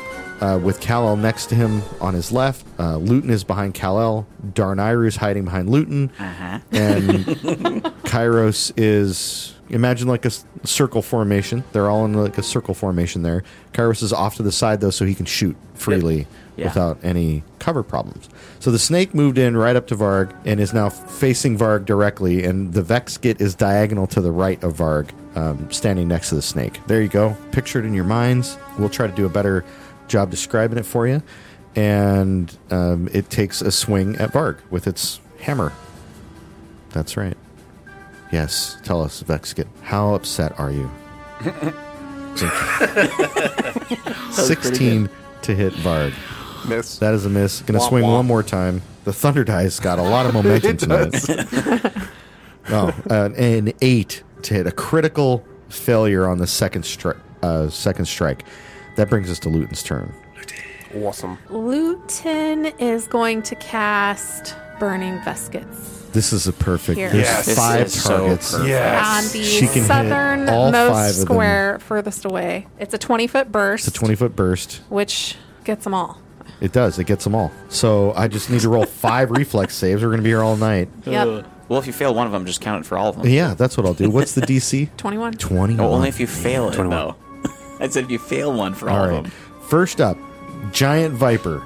Speaker 5: uh, with Kal-El next to him on his left. Uh, Luton is behind Kal-El. Darnayru's hiding behind Luton.
Speaker 10: Uh-huh.
Speaker 5: And Kairos is imagine like a s- circle formation. They're all in like a circle formation there. Kairos is off to the side though, so he can shoot freely
Speaker 10: Yeah.
Speaker 5: without any cover problems. So the snake moved in right up to Varg and is now facing Varg directly, and the Vexkit is diagonal to the right of Varg, um, standing next to the snake. There you go. Picture it in your minds. We'll try to do a better job describing it for you. And um, it takes a swing at Varg with its hammer. That's right. Yes, tell us, Vexkit. How upset are you? Sixteen to hit Varg.
Speaker 12: Miss.
Speaker 5: That is a miss. Gonna swing one more time. The Thunder Dice got a lot of momentum tonight. oh, an, an eight to hit a critical failure on the second strike. Uh, second strike. That brings us to Luton's turn.
Speaker 12: Awesome.
Speaker 6: Luton is going to cast Burning Veskets
Speaker 5: This is a perfect.
Speaker 6: Here.
Speaker 5: There's
Speaker 1: Yes.
Speaker 10: This
Speaker 5: five
Speaker 10: is so
Speaker 5: targets.
Speaker 10: perfect.
Speaker 6: on
Speaker 1: Yes.
Speaker 6: the
Speaker 5: She can hit all five of
Speaker 6: southernmost
Speaker 5: them.
Speaker 6: square furthest away. It's a 20 foot burst,
Speaker 5: It's a twenty foot burst.
Speaker 6: which gets them all.
Speaker 5: It does. It gets them all. So I just need to roll five reflex saves. We're gonna be here all night.
Speaker 6: Yep.
Speaker 10: Well, if you fail one of them, just count it for all of them.
Speaker 5: Yeah, that's what I'll do. What's the DC?
Speaker 6: 21.
Speaker 5: 21.
Speaker 10: No, only if you fail it, though. I said if you fail one for all,
Speaker 5: All
Speaker 10: of
Speaker 5: right.
Speaker 10: them.
Speaker 5: First up, Giant Viper.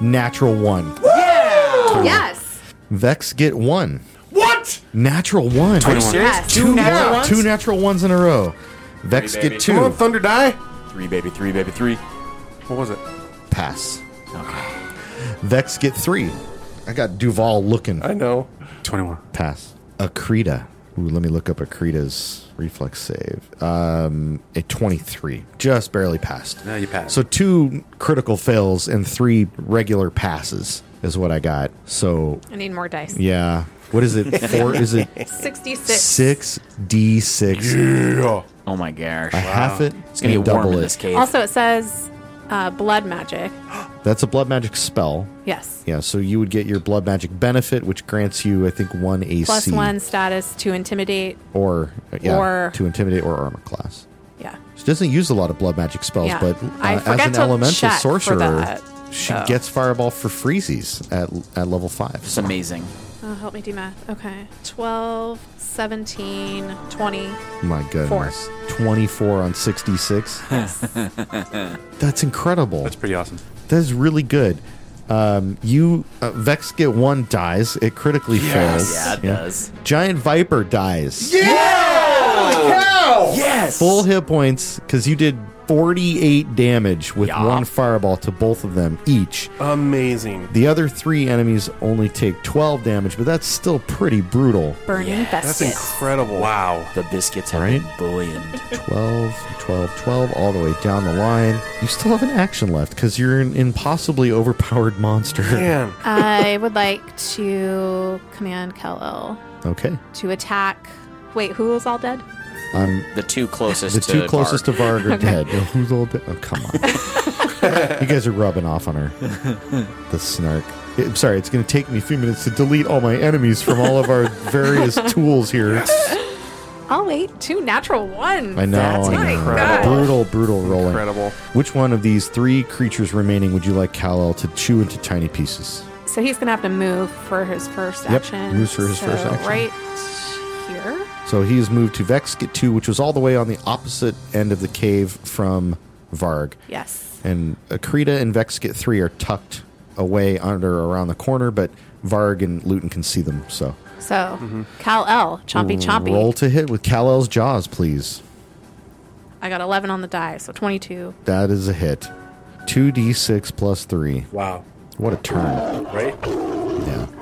Speaker 5: Natural one.
Speaker 6: Oh, Yes.
Speaker 5: Vex get one.
Speaker 6: What?
Speaker 5: Natural one.
Speaker 6: Are you serious? Yes.
Speaker 5: Two, natural
Speaker 6: Two natural
Speaker 5: ones?
Speaker 6: ones?
Speaker 5: Two natural ones in a row. Vex
Speaker 1: Three,
Speaker 5: get
Speaker 1: baby.
Speaker 5: two.
Speaker 1: Come on,
Speaker 5: Thunder die.
Speaker 10: Three, baby, three, baby, three.
Speaker 1: What was it?
Speaker 5: Pass. Vex get three. I got Duval looking. I
Speaker 12: know.
Speaker 1: 21.
Speaker 5: Pass. Akrita. Ooh, let me look up Akrita's reflex save. Um, a 23. Just barely passed.
Speaker 1: No, you passed.
Speaker 5: So two critical fails and three regular passes is what I got. So
Speaker 6: I need more dice.
Speaker 5: yeah. What is it? Four? is it
Speaker 6: 66.
Speaker 5: Six D six.
Speaker 10: Yeah. Oh my gosh.
Speaker 5: I half it.
Speaker 10: It's going to
Speaker 5: and
Speaker 10: be warm
Speaker 5: double
Speaker 10: in
Speaker 5: it.
Speaker 10: this cave.
Speaker 6: Also, it says uh, blood magic.
Speaker 5: That's a blood magic spell.
Speaker 6: Yes.
Speaker 5: Yeah. So you would get your blood magic benefit, which grants you, I think, one AC
Speaker 6: Plus one status to intimidate.
Speaker 5: or yeah,
Speaker 6: Or-
Speaker 5: to intimidate or armor class.
Speaker 6: Yeah.
Speaker 5: She doesn't use a lot of blood magic spells,
Speaker 6: Yeah.
Speaker 5: but uh,
Speaker 6: I
Speaker 5: as
Speaker 6: forgot
Speaker 5: an
Speaker 6: to
Speaker 5: elemental
Speaker 6: check for
Speaker 5: sorcerer,
Speaker 6: that,
Speaker 5: she
Speaker 6: so.
Speaker 5: gets fireball for freezies at at level five.
Speaker 10: It's amazing.
Speaker 6: Oh, help me do math. Okay. 12, 17, 20.
Speaker 5: My goodness, twenty four on sixty six. That's incredible. That's
Speaker 1: pretty awesome.
Speaker 5: That is really good. Um, you uh, Vex get one dies. It critically
Speaker 10: Yes.
Speaker 5: fails.
Speaker 10: Yeah, it does.
Speaker 5: Giant Viper dies.
Speaker 13: Holy cow!
Speaker 10: Yes.
Speaker 5: Full hit points because you did forty eight damage with one fireball to both of them each.
Speaker 12: Amazing.
Speaker 5: The other three enemies only take twelve damage, but that's still pretty brutal.
Speaker 6: Burning biscuit.
Speaker 12: incredible.
Speaker 1: Wow.
Speaker 10: The biscuits have
Speaker 5: Right?
Speaker 10: been buoyant.
Speaker 5: 12, 12, 12, all the way down the line. You still have an action left because you're an impossibly overpowered monster.
Speaker 12: Man.
Speaker 6: I would like to command Kellel
Speaker 5: Okay.
Speaker 6: to attack. Wait, who is all dead?
Speaker 5: I'm
Speaker 10: The two closest
Speaker 5: the
Speaker 10: to
Speaker 5: two closest
Speaker 10: Varg.
Speaker 5: to Varg are
Speaker 6: Okay.
Speaker 5: dead. Now, who's all dead? Oh, come on. you guys are rubbing off on her. The snark. I'm sorry, it's going to take me a few minutes to delete all my enemies from all of our various tools here.
Speaker 6: I'll wait. Two natural ones.
Speaker 5: I know.
Speaker 6: That's
Speaker 5: I know.
Speaker 6: my God.
Speaker 5: Brutal, brutal rolling.
Speaker 12: Incredible.
Speaker 5: Which one of these three creatures remaining would you like Kal-El to chew into tiny pieces?
Speaker 6: So he's gonna have to move for his first
Speaker 5: Yep,
Speaker 6: action.
Speaker 5: moves for his first
Speaker 6: So
Speaker 5: action.
Speaker 6: Right here.
Speaker 5: So he has moved to Vexkit 2, which was all the way on the opposite end of the cave from Varg.
Speaker 6: Yes.
Speaker 5: And Akrita and Vexkit 3 are tucked away under around the corner, but Varg and Luton can see them. So
Speaker 6: So
Speaker 12: Mm-hmm.
Speaker 6: Cal L, chompy chompy.
Speaker 5: Roll to hit with Kal-El's jaws, please.
Speaker 6: I got eleven on the die, so twenty-two.
Speaker 5: That is a hit. 2d6 plus 3.
Speaker 1: Wow.
Speaker 5: What a turn.
Speaker 1: Right?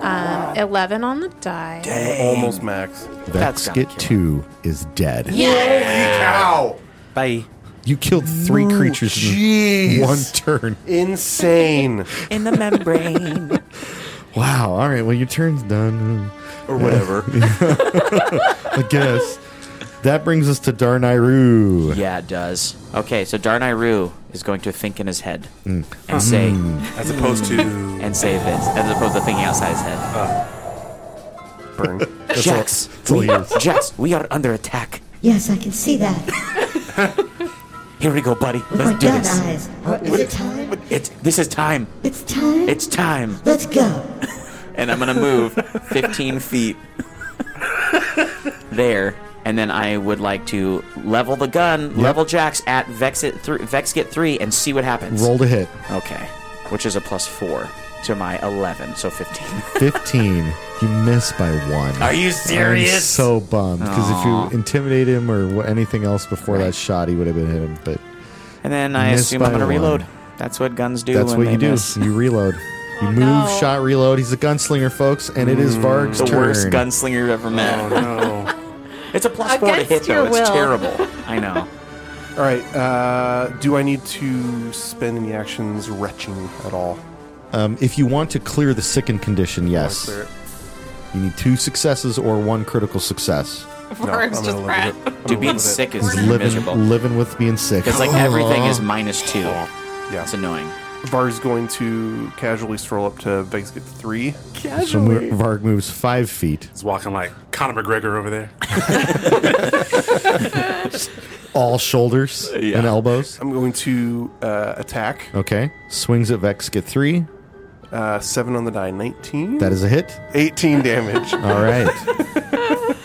Speaker 6: Um, eleven on the die.
Speaker 12: Almost max.
Speaker 10: That's gotta
Speaker 5: Vexkit 2 is dead.
Speaker 12: Holy cow!
Speaker 10: Bye.
Speaker 5: You killed three
Speaker 12: Ooh,
Speaker 5: creatures
Speaker 12: jeez.
Speaker 5: in one turn.
Speaker 12: Insane.
Speaker 2: In the membrane.
Speaker 5: Wow. All right. Well, your turn's done.
Speaker 12: Or whatever.
Speaker 5: I guess. That brings us to Darnayru.
Speaker 10: Yeah, it does. Okay, so Darnayru is going to think in his head
Speaker 5: Mm.
Speaker 10: and say,
Speaker 1: As opposed to.
Speaker 10: and say this, as opposed to thinking outside his head.
Speaker 12: Burn.
Speaker 10: Jax,
Speaker 5: all
Speaker 10: we,
Speaker 5: yours.
Speaker 10: Jax, we are under attack.
Speaker 3: Yes, I can see that.
Speaker 10: Here we go, buddy.
Speaker 3: With
Speaker 10: Let's
Speaker 3: my
Speaker 10: do
Speaker 3: gun
Speaker 10: this.
Speaker 3: eyes. Oh, is it time?
Speaker 10: It's this is time.
Speaker 3: It's time?
Speaker 10: It's time.
Speaker 3: Let's go.
Speaker 10: and I'm gonna move 15 feet there, and then I would like to level the gun, level Jax at Vexit three, Vexkit three, and see what happens.
Speaker 5: Roll to hit.
Speaker 10: Okay, which is a plus four to my 11, so 15.
Speaker 5: 15. You miss by one.
Speaker 10: Are you
Speaker 5: I'm
Speaker 10: serious?
Speaker 5: so bummed. Because if
Speaker 10: Aw.
Speaker 5: you intimidate him or wha- anything else before that shot, he would have been hitting. But
Speaker 10: And then I
Speaker 5: Missed
Speaker 10: assume I'm
Speaker 5: by
Speaker 10: gonna
Speaker 5: one.
Speaker 10: reload. That's what guns do.
Speaker 5: that's
Speaker 10: when
Speaker 5: what
Speaker 10: they
Speaker 5: you do.
Speaker 10: miss.
Speaker 5: You reload. You move,
Speaker 6: no.
Speaker 5: shot, reload. He's a gunslinger, folks, and it is Varg's
Speaker 10: The
Speaker 5: turn.
Speaker 10: worst gunslinger you've ever met.
Speaker 12: Oh, no.
Speaker 10: It's a plus four to
Speaker 6: Against
Speaker 10: hit though.
Speaker 6: your
Speaker 10: It's
Speaker 6: will.
Speaker 10: terrible. I know.
Speaker 12: All right. Uh, do I need to spend any actions retching at all?
Speaker 5: Um, if you want to clear the sickened condition, yes,
Speaker 12: Clear it.
Speaker 5: you need two successes or one critical success.
Speaker 12: No, I'm gonna live with it. I'm gonna
Speaker 10: Dude, being
Speaker 12: live with it.
Speaker 10: sick is
Speaker 5: Is living,
Speaker 10: miserable.
Speaker 5: living with being sick. Oh.
Speaker 10: Because like everything is minus two.
Speaker 12: Yeah.
Speaker 10: It's annoying.
Speaker 12: Var's going to casually stroll up to Vexkit 3.
Speaker 5: So Mo- Varg moves five feet.
Speaker 1: He's walking like Conor McGregor over there.
Speaker 5: all shoulders and elbows.
Speaker 12: I'm going to uh, attack.
Speaker 5: Okay. Swings at Vex, get three.
Speaker 12: Uh, seven on the die, 19.
Speaker 5: That is a hit.
Speaker 12: 18 damage.
Speaker 5: All right.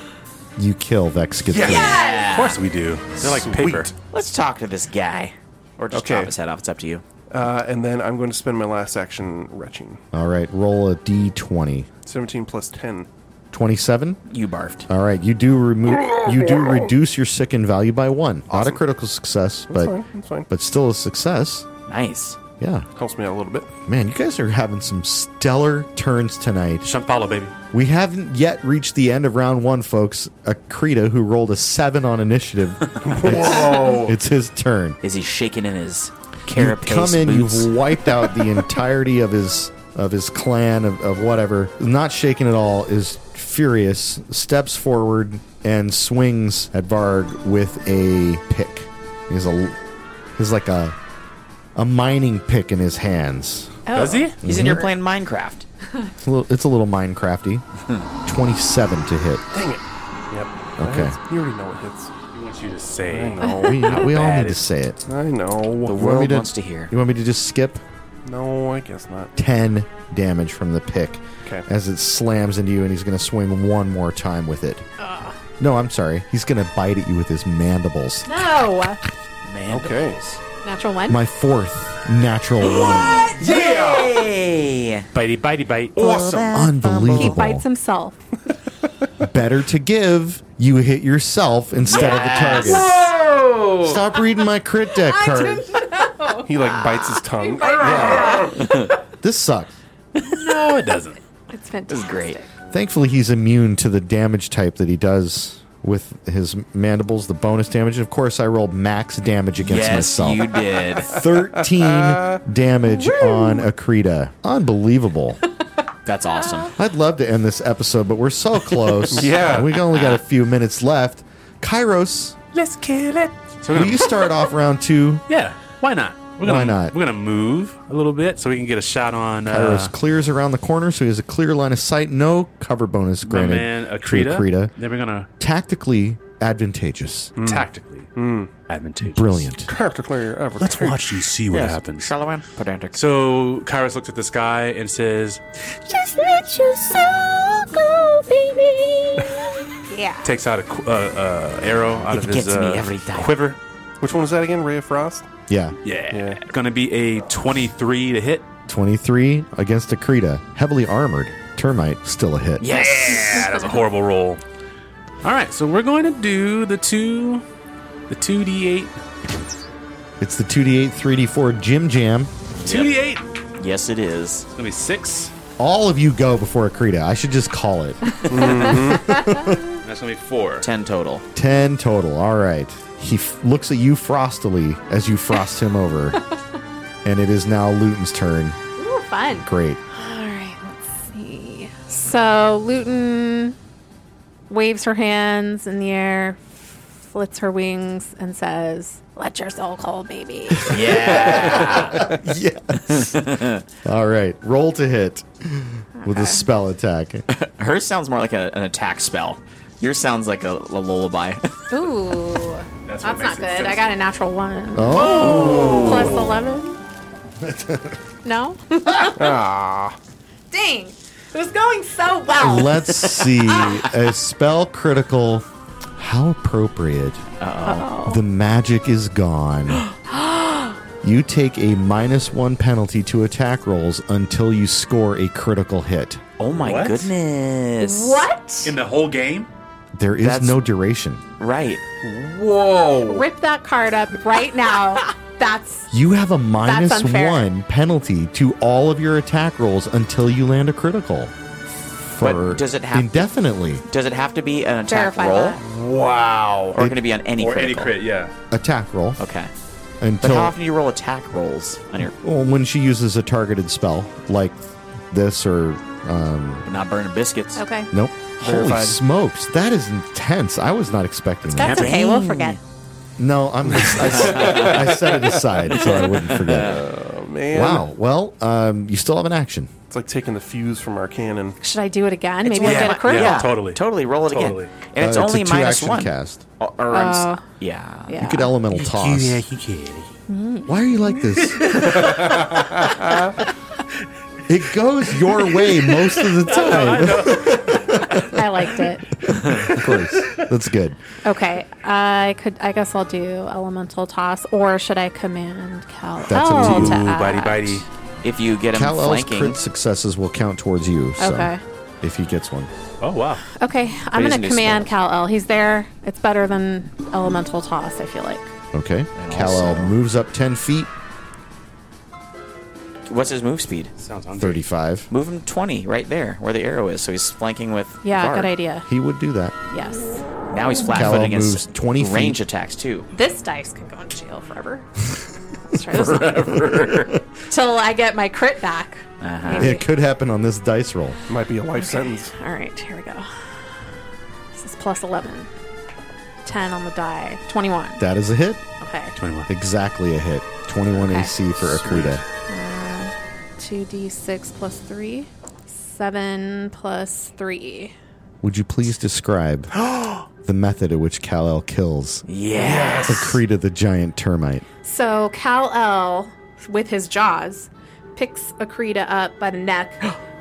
Speaker 5: You kill Vex Schizoid.
Speaker 1: Of course we do. They're like paper.
Speaker 10: Let's talk to this guy. Or just
Speaker 12: Okay.
Speaker 10: chop his head off. It's up to you.
Speaker 12: Uh, and then I'm going to spend my last action retching.
Speaker 5: All right, roll a d20.
Speaker 12: 17 plus 10.
Speaker 5: 27?
Speaker 10: You barfed.
Speaker 5: All right, you do remove you do reduce your sicken value by 1. Auto critical success, but
Speaker 12: fine, that's fine.
Speaker 5: but still a success.
Speaker 10: Nice.
Speaker 5: Yeah.
Speaker 12: Helps me out a little bit.
Speaker 5: Man, you guys are having some stellar turns tonight.
Speaker 1: Shampala, baby.
Speaker 5: We haven't yet reached the end of round one, folks. Akrita, who rolled a seven on initiative,
Speaker 10: Whoa.
Speaker 5: it's, it's his turn.
Speaker 10: Is he shaking in his
Speaker 5: You
Speaker 10: carapace
Speaker 5: come in,
Speaker 10: boots?
Speaker 5: you've wiped out the entirety of his of his clan of, of whatever. Not shaking at all, is furious. Steps forward and swings at Varg with a pick. He's a he's like a a mining pick in his hands.
Speaker 10: Does he? He's in here
Speaker 5: Mhm.
Speaker 10: playing Minecraft.
Speaker 5: It's a little, it's a little Minecrafty. Twenty-seven to hit.
Speaker 12: Dang it. Yep.
Speaker 5: Okay.
Speaker 12: That's- You already know it hits.
Speaker 1: He wants you to say.
Speaker 12: I know.
Speaker 5: We,
Speaker 12: How
Speaker 5: we all
Speaker 12: bad
Speaker 5: need
Speaker 12: it-
Speaker 5: to say it.
Speaker 12: I know.
Speaker 5: You want me You want me to just skip
Speaker 12: No, I guess not.
Speaker 5: 10 damage from the pick
Speaker 12: Okay.
Speaker 5: as it slams into you, and he's going to swing one more time with it. No, I'm sorry. He's going to bite at you with his mandibles.
Speaker 6: No.
Speaker 10: Man.
Speaker 12: Okay.
Speaker 6: Oh. Natural one.
Speaker 5: My fourth natural one.
Speaker 10: Yay!
Speaker 1: Bitey, bitey, bite.
Speaker 5: Unbelievable.
Speaker 6: He bites himself.
Speaker 5: Better to give. You hit yourself instead of the target.
Speaker 10: Whoa!
Speaker 5: Stop reading my crit deck card.
Speaker 12: He like bites his tongue.
Speaker 5: This sucks.
Speaker 1: No, it doesn't.
Speaker 6: It's fantastic.
Speaker 10: Great.
Speaker 5: Thankfully, he's immune to the damage type that he does with his mandibles, the bonus damage. And of course, I rolled max damage against
Speaker 10: yes,
Speaker 5: myself.
Speaker 10: you did.
Speaker 5: 13 damage on Akrita. Unbelievable.
Speaker 10: That's awesome.
Speaker 5: I'd love to end this episode, but we're so close.
Speaker 12: Yeah.
Speaker 5: We only got a few minutes left. Kairos,
Speaker 1: Let's kill it.
Speaker 5: will you start off round two?
Speaker 1: Yeah, why not? We're gonna,
Speaker 5: Why not?
Speaker 1: We're gonna move a little bit so we can get a shot on uh,
Speaker 5: Kairos clears around the corner, so he has a clear line of sight. No cover bonus
Speaker 1: my
Speaker 5: granted.
Speaker 1: man
Speaker 5: to
Speaker 1: Akrita.
Speaker 5: Akrita.
Speaker 1: Then we're gonna
Speaker 5: Tactically advantageous.
Speaker 1: Mm.
Speaker 10: Mm.
Speaker 1: tactically advantageous.
Speaker 5: Brilliant.
Speaker 12: Character clear. ever.
Speaker 1: Mm. Let's watch and see what happens.
Speaker 10: Shalawan, pedantic.
Speaker 1: So Kairos looks at this guy and says,
Speaker 8: Just let your soul go, baby.
Speaker 6: Yeah.
Speaker 1: takes out a qu- uh, uh, arrow out of
Speaker 10: It
Speaker 1: his
Speaker 10: gets me
Speaker 1: uh,
Speaker 10: every time.
Speaker 1: quiver.
Speaker 12: Which one was that again? Ray of Frost?
Speaker 5: Yeah.
Speaker 1: Yeah.
Speaker 12: Yeah.
Speaker 1: gonna be a twenty-three to hit.
Speaker 5: 23 against Akrita. Heavily armored. Termite, still a hit.
Speaker 10: Yes.
Speaker 1: Yeah, that's a horrible roll. All right, so we're going to do the two, the two d8,
Speaker 5: It's the 2d8, 3d4 Jim Jam.
Speaker 1: two d8. It's
Speaker 10: Yes, it is.
Speaker 1: gonna be six.
Speaker 5: All of you go before Akrita. I should just call it.
Speaker 1: and That's gonna be four.
Speaker 10: Ten total.
Speaker 5: 10 total. All right. He f- looks at you frostily as you frost him over. and it is now Luton's turn.
Speaker 6: Ooh, fun.
Speaker 5: Great.
Speaker 6: All right, let's see. So Luton waves her hands in the air, flits her wings, and says, "Let your soul call, baby."
Speaker 5: yes. All right. Roll to hit with a spell attack.
Speaker 10: Hers sounds more like a, an attack spell. Yours sounds like a, a lullaby.
Speaker 6: Ooh, that's, not good. I got a natural one plus eleven. no.
Speaker 10: Ah.
Speaker 6: Dang, it was going so well.
Speaker 5: Let's see. A spell critical. How appropriate.
Speaker 6: Uh-oh.
Speaker 5: The magic is gone. you take a minus one penalty to attack rolls until you score a critical hit.
Speaker 10: oh my
Speaker 1: What?
Speaker 10: goodness.
Speaker 6: What?
Speaker 1: In the whole game?
Speaker 5: There is
Speaker 10: That's-
Speaker 5: no duration.
Speaker 10: Right.
Speaker 1: Whoa.
Speaker 6: Rip that card up right now. That's
Speaker 5: You have a minus
Speaker 6: unfair.
Speaker 5: one penalty to all of your attack rolls until you land a critical. For
Speaker 10: But does it have-
Speaker 5: indefinitely?
Speaker 10: Does it have to be an attack
Speaker 6: Verify
Speaker 10: roll?
Speaker 6: that.
Speaker 1: Wow.
Speaker 10: Or can it be on any
Speaker 1: or
Speaker 10: critical?
Speaker 1: any crit, yeah.
Speaker 5: Attack roll
Speaker 10: Okay. But
Speaker 5: until
Speaker 10: how often do you roll attack rolls on your
Speaker 5: well, when she uses a targeted spell like this or um,
Speaker 10: not burning biscuits?
Speaker 6: okay.
Speaker 5: nope. Holy
Speaker 12: Verified.
Speaker 5: smokes, that is intense. I was not expecting that.
Speaker 6: That's okay. We'll forget.
Speaker 5: No, I'm. I, s- I set it aside so I wouldn't forget.
Speaker 12: Oh, man.
Speaker 5: Wow. Well, um, you still have an action.
Speaker 12: It's like taking the fuse from our cannon.
Speaker 6: Should I do it again? Maybe I'll
Speaker 10: one-
Speaker 6: get a critical.
Speaker 1: Yeah, totally.
Speaker 10: Totally roll it
Speaker 1: Totally.
Speaker 10: again. And it's
Speaker 5: Uh,
Speaker 10: only
Speaker 5: a
Speaker 10: minus
Speaker 5: two-action
Speaker 10: one.
Speaker 5: cast.
Speaker 10: Or, or I'm s-
Speaker 6: Oh.
Speaker 10: yeah.
Speaker 6: Yeah.
Speaker 5: You could elemental toss. Why are you like this? It goes your way most of the time.
Speaker 6: I liked it.
Speaker 5: of course. That's good.
Speaker 6: Okay, I could. I guess I'll do elemental toss, or should I command Cal
Speaker 5: That's up to
Speaker 6: El
Speaker 5: you.
Speaker 6: to act?
Speaker 2: If you get him
Speaker 5: Cal L's
Speaker 2: flanking,
Speaker 5: crit successes will count towards you. So
Speaker 6: Okay.
Speaker 5: If he gets one.
Speaker 1: Oh wow.
Speaker 6: Okay,
Speaker 5: But
Speaker 6: I'm
Speaker 5: he's
Speaker 6: gonna
Speaker 5: new
Speaker 6: command Cal El. He's there. It's better than elemental toss. I feel like.
Speaker 5: Okay. Cal L moves up 10 feet,
Speaker 2: what's his move speed? Sounds
Speaker 5: 35.
Speaker 2: Move him 20 right there where the arrow is. So he's flanking with.
Speaker 6: Yeah,
Speaker 2: Varg.
Speaker 6: good idea.
Speaker 5: He would do that.
Speaker 6: Yes.
Speaker 2: Now he's flat
Speaker 5: Cal
Speaker 2: footed
Speaker 5: moves
Speaker 2: against
Speaker 5: 20 feet.
Speaker 2: range attacks too.
Speaker 6: This dice can go in jail forever. Let's try this one.
Speaker 2: Forever.
Speaker 6: Till I get my crit back.
Speaker 5: Uh-huh. It could happen on this dice roll.
Speaker 9: Might be a life sentence.
Speaker 6: All right, here we go. This is plus 11. 10 on the die. 21.
Speaker 5: That is a hit.
Speaker 6: Okay.
Speaker 5: 21. Exactly a hit. 21 AC for Akuda.
Speaker 6: 2d6 plus 3. 7 plus 3.
Speaker 5: Would you please describe the method at which Kal El kills?
Speaker 6: Yes.
Speaker 5: Akrita the giant termite.
Speaker 6: So Cal El, with his jaws, picks Akrita up by the neck,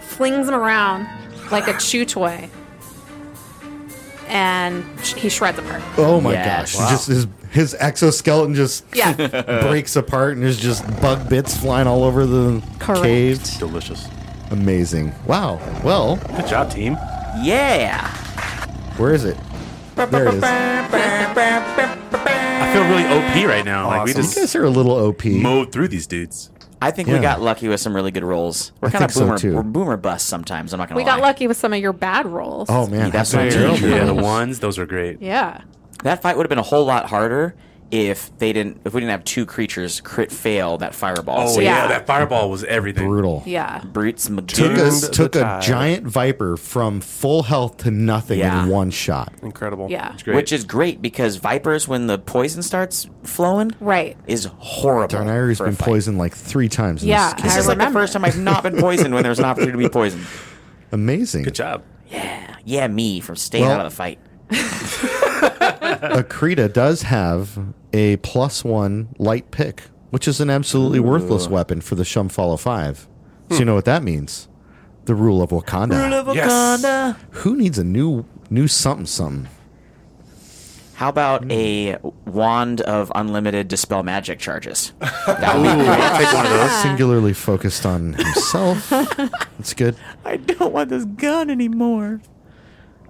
Speaker 6: flings him around like a chew toy, and sh- he shreds apart.
Speaker 5: Oh my
Speaker 15: Yes.
Speaker 5: gosh!
Speaker 15: Wow.
Speaker 5: Just his his exoskeleton just
Speaker 6: Yeah.
Speaker 5: breaks apart, and there's just bug bits flying all over the
Speaker 6: Correct.
Speaker 5: cave.
Speaker 1: Delicious.
Speaker 5: Amazing! Wow. Well,
Speaker 1: Good job, team.
Speaker 2: Yeah.
Speaker 5: where is it? There it is.
Speaker 1: I feel really OP right now. Like we just
Speaker 5: are a little OP.
Speaker 1: mowed through these dudes.
Speaker 2: I think
Speaker 1: Yeah.
Speaker 2: we got lucky with some really good rolls. We're
Speaker 1: I
Speaker 2: kind of
Speaker 1: think so,
Speaker 2: boomer,
Speaker 1: too.
Speaker 2: we're boomer bust sometimes. I'm not gonna
Speaker 6: We
Speaker 2: lie.
Speaker 6: got lucky with some of your bad rolls.
Speaker 2: Oh, man,
Speaker 1: that's
Speaker 2: that's
Speaker 1: what
Speaker 2: what
Speaker 1: I-
Speaker 2: I
Speaker 1: yeah, the
Speaker 2: did.
Speaker 1: ones. Those are great.
Speaker 6: Yeah.
Speaker 2: That fight would have been a whole lot harder if they didn't. If we didn't have two creatures crit fail that fireball.
Speaker 1: Oh yeah. that fireball was everything.
Speaker 5: Brutal.
Speaker 6: Yeah.
Speaker 2: Brutes Magoon.
Speaker 5: Took a took a giant viper from full health to nothing
Speaker 2: Yeah.
Speaker 5: in one shot.
Speaker 9: Incredible.
Speaker 6: Yeah.
Speaker 2: Which is great because vipers, when the poison starts flowing,
Speaker 6: right,
Speaker 2: is horrible.
Speaker 5: Darnari's been poisoned like three times. In
Speaker 2: Yeah,
Speaker 5: this
Speaker 2: this
Speaker 5: game.
Speaker 2: is like the first time I've not been poisoned when there's an opportunity to be poisoned.
Speaker 5: amazing.
Speaker 1: Good job.
Speaker 2: Yeah, yeah, me from staying
Speaker 5: Well-
Speaker 2: out of the fight.
Speaker 5: Akrita does have a plus one light pick, which is an absolutely worthless weapon for the Shumfalla 5. So you know what that means? The rule of Wakanda.
Speaker 2: Yes. Wakanda.
Speaker 5: Who needs a new new something something?
Speaker 2: How
Speaker 5: Hmm.
Speaker 2: about a wand of unlimited dispel magic charges? That would be great. Take one of those.
Speaker 5: Singularly focused on himself. That's good.
Speaker 2: I don't want this gun anymore.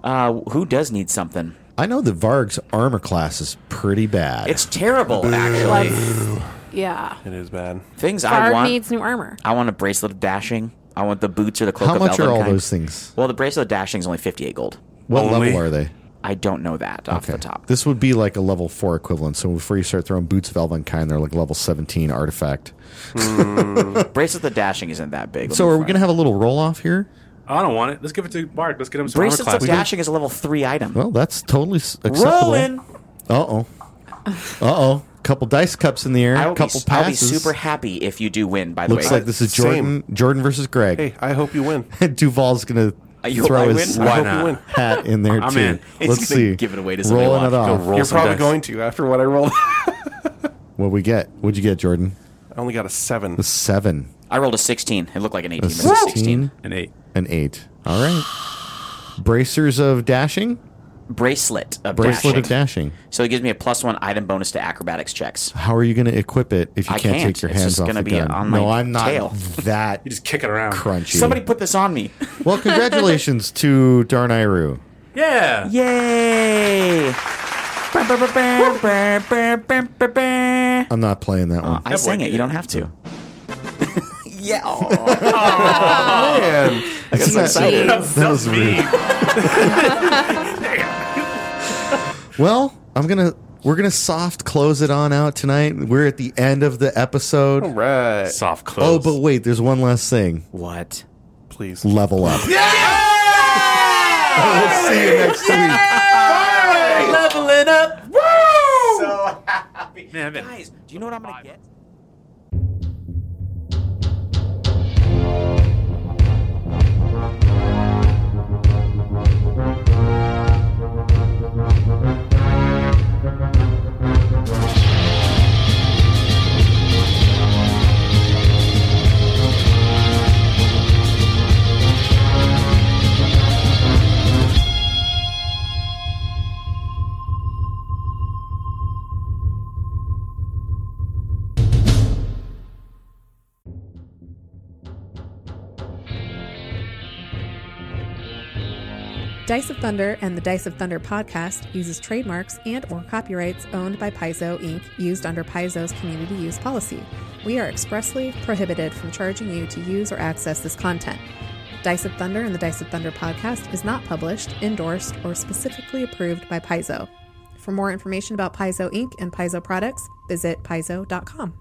Speaker 2: Uh, who does need something?
Speaker 5: I know that Varg's armor class is pretty bad.
Speaker 2: It's terrible, actually.
Speaker 6: Let's- Yeah.
Speaker 9: It is bad.
Speaker 2: Things I
Speaker 6: Varg
Speaker 2: want.
Speaker 6: needs new armor.
Speaker 2: I want a bracelet of dashing. I want the boots or the cloak
Speaker 5: How
Speaker 2: of
Speaker 5: much are
Speaker 2: Elven
Speaker 5: all
Speaker 2: kind.
Speaker 5: those things?
Speaker 2: Well, the bracelet of dashing is only 58 gold.
Speaker 5: What level are they?
Speaker 2: I don't know that off the top.
Speaker 5: This would be like a level four equivalent. So before you start throwing boots of Elven kind, they're like level seventeen artifact.
Speaker 2: bracelet of dashing isn't that big.
Speaker 5: So are we gonna have a little roll off here?
Speaker 1: I don't want it. Let's give it to Bard. Let's get him some armor
Speaker 2: Bracelets
Speaker 1: class.
Speaker 2: of dashing is a level 3 item.
Speaker 5: Well, that's totally s- acceptable.
Speaker 2: Rolling.
Speaker 5: Uh oh. Uh oh. Couple dice cups in the air.
Speaker 2: I will,
Speaker 5: couple
Speaker 2: be, I'll be
Speaker 5: passes.
Speaker 2: super happy if you do win, by the
Speaker 5: Looks
Speaker 2: way.
Speaker 5: like this is Jordan. Jordan versus Greg.
Speaker 9: Hey, I hope you win.
Speaker 5: Duval's gonna
Speaker 2: Uh, you
Speaker 5: throw
Speaker 2: hope I
Speaker 5: his
Speaker 2: win? I hope you win.
Speaker 5: hat in there
Speaker 2: I'm
Speaker 5: too.
Speaker 2: in. He's
Speaker 5: Let's
Speaker 2: gonna
Speaker 5: see.
Speaker 2: give it away to somebody
Speaker 5: Rolling it
Speaker 2: watching. Go
Speaker 5: off.
Speaker 9: You're probably going to after what I rolled.
Speaker 5: What we get? What'd you get, Jordan?
Speaker 9: I only got a seven.
Speaker 5: A seven.
Speaker 2: I rolled a 16. It looked like an 18.
Speaker 5: A
Speaker 2: but it was 16.
Speaker 5: sixteen.
Speaker 1: An eight.
Speaker 5: An eight. All right. Bracers of dashing.
Speaker 2: Bracelet of
Speaker 5: Bracelet
Speaker 2: dashing.
Speaker 5: of dashing.
Speaker 2: So it gives me a plus one item bonus to acrobatics checks.
Speaker 5: How are you going to equip it if you
Speaker 2: I
Speaker 5: can't,
Speaker 2: can't.
Speaker 5: take your
Speaker 2: It's
Speaker 5: hands
Speaker 2: just
Speaker 5: off
Speaker 2: gonna
Speaker 5: the
Speaker 2: be
Speaker 5: gun?
Speaker 2: on
Speaker 5: no,
Speaker 2: my
Speaker 5: I'm not
Speaker 2: tail.
Speaker 5: that.
Speaker 1: You just kick it around.
Speaker 5: Crunchy.
Speaker 2: Somebody put this on me.
Speaker 5: Well, congratulations to Darnayru.
Speaker 1: Yeah.
Speaker 2: Yay. Uh, I
Speaker 5: I'm not playing that one.
Speaker 2: sang it. You don't have to. yeah.
Speaker 5: Man,
Speaker 2: I got so excited.
Speaker 5: That, that was rude. well, I'm gonna we're gonna soft close it on out tonight. We're at the end of the episode.
Speaker 9: All right.
Speaker 1: Soft
Speaker 5: Oh, but wait, there's one last thing.
Speaker 2: What?
Speaker 9: Please.
Speaker 5: Level up.
Speaker 16: We'll
Speaker 5: see you next week.
Speaker 2: Leveling up. Woo!
Speaker 16: So
Speaker 2: happy. Guys, do you know what I'm going to get?
Speaker 16: happy.
Speaker 6: Dice of Thunder and the Dice of Thunder podcast uses trademarks and or copyrights owned by Paizo Inc. used under Paizo's community use policy. We are expressly prohibited from charging you to use or access this content. Dice of Thunder and the Dice of Thunder podcast is not published, endorsed, or specifically approved by Paizo. For more information about Paizo Inc. and Paizo products, visit paizo.com.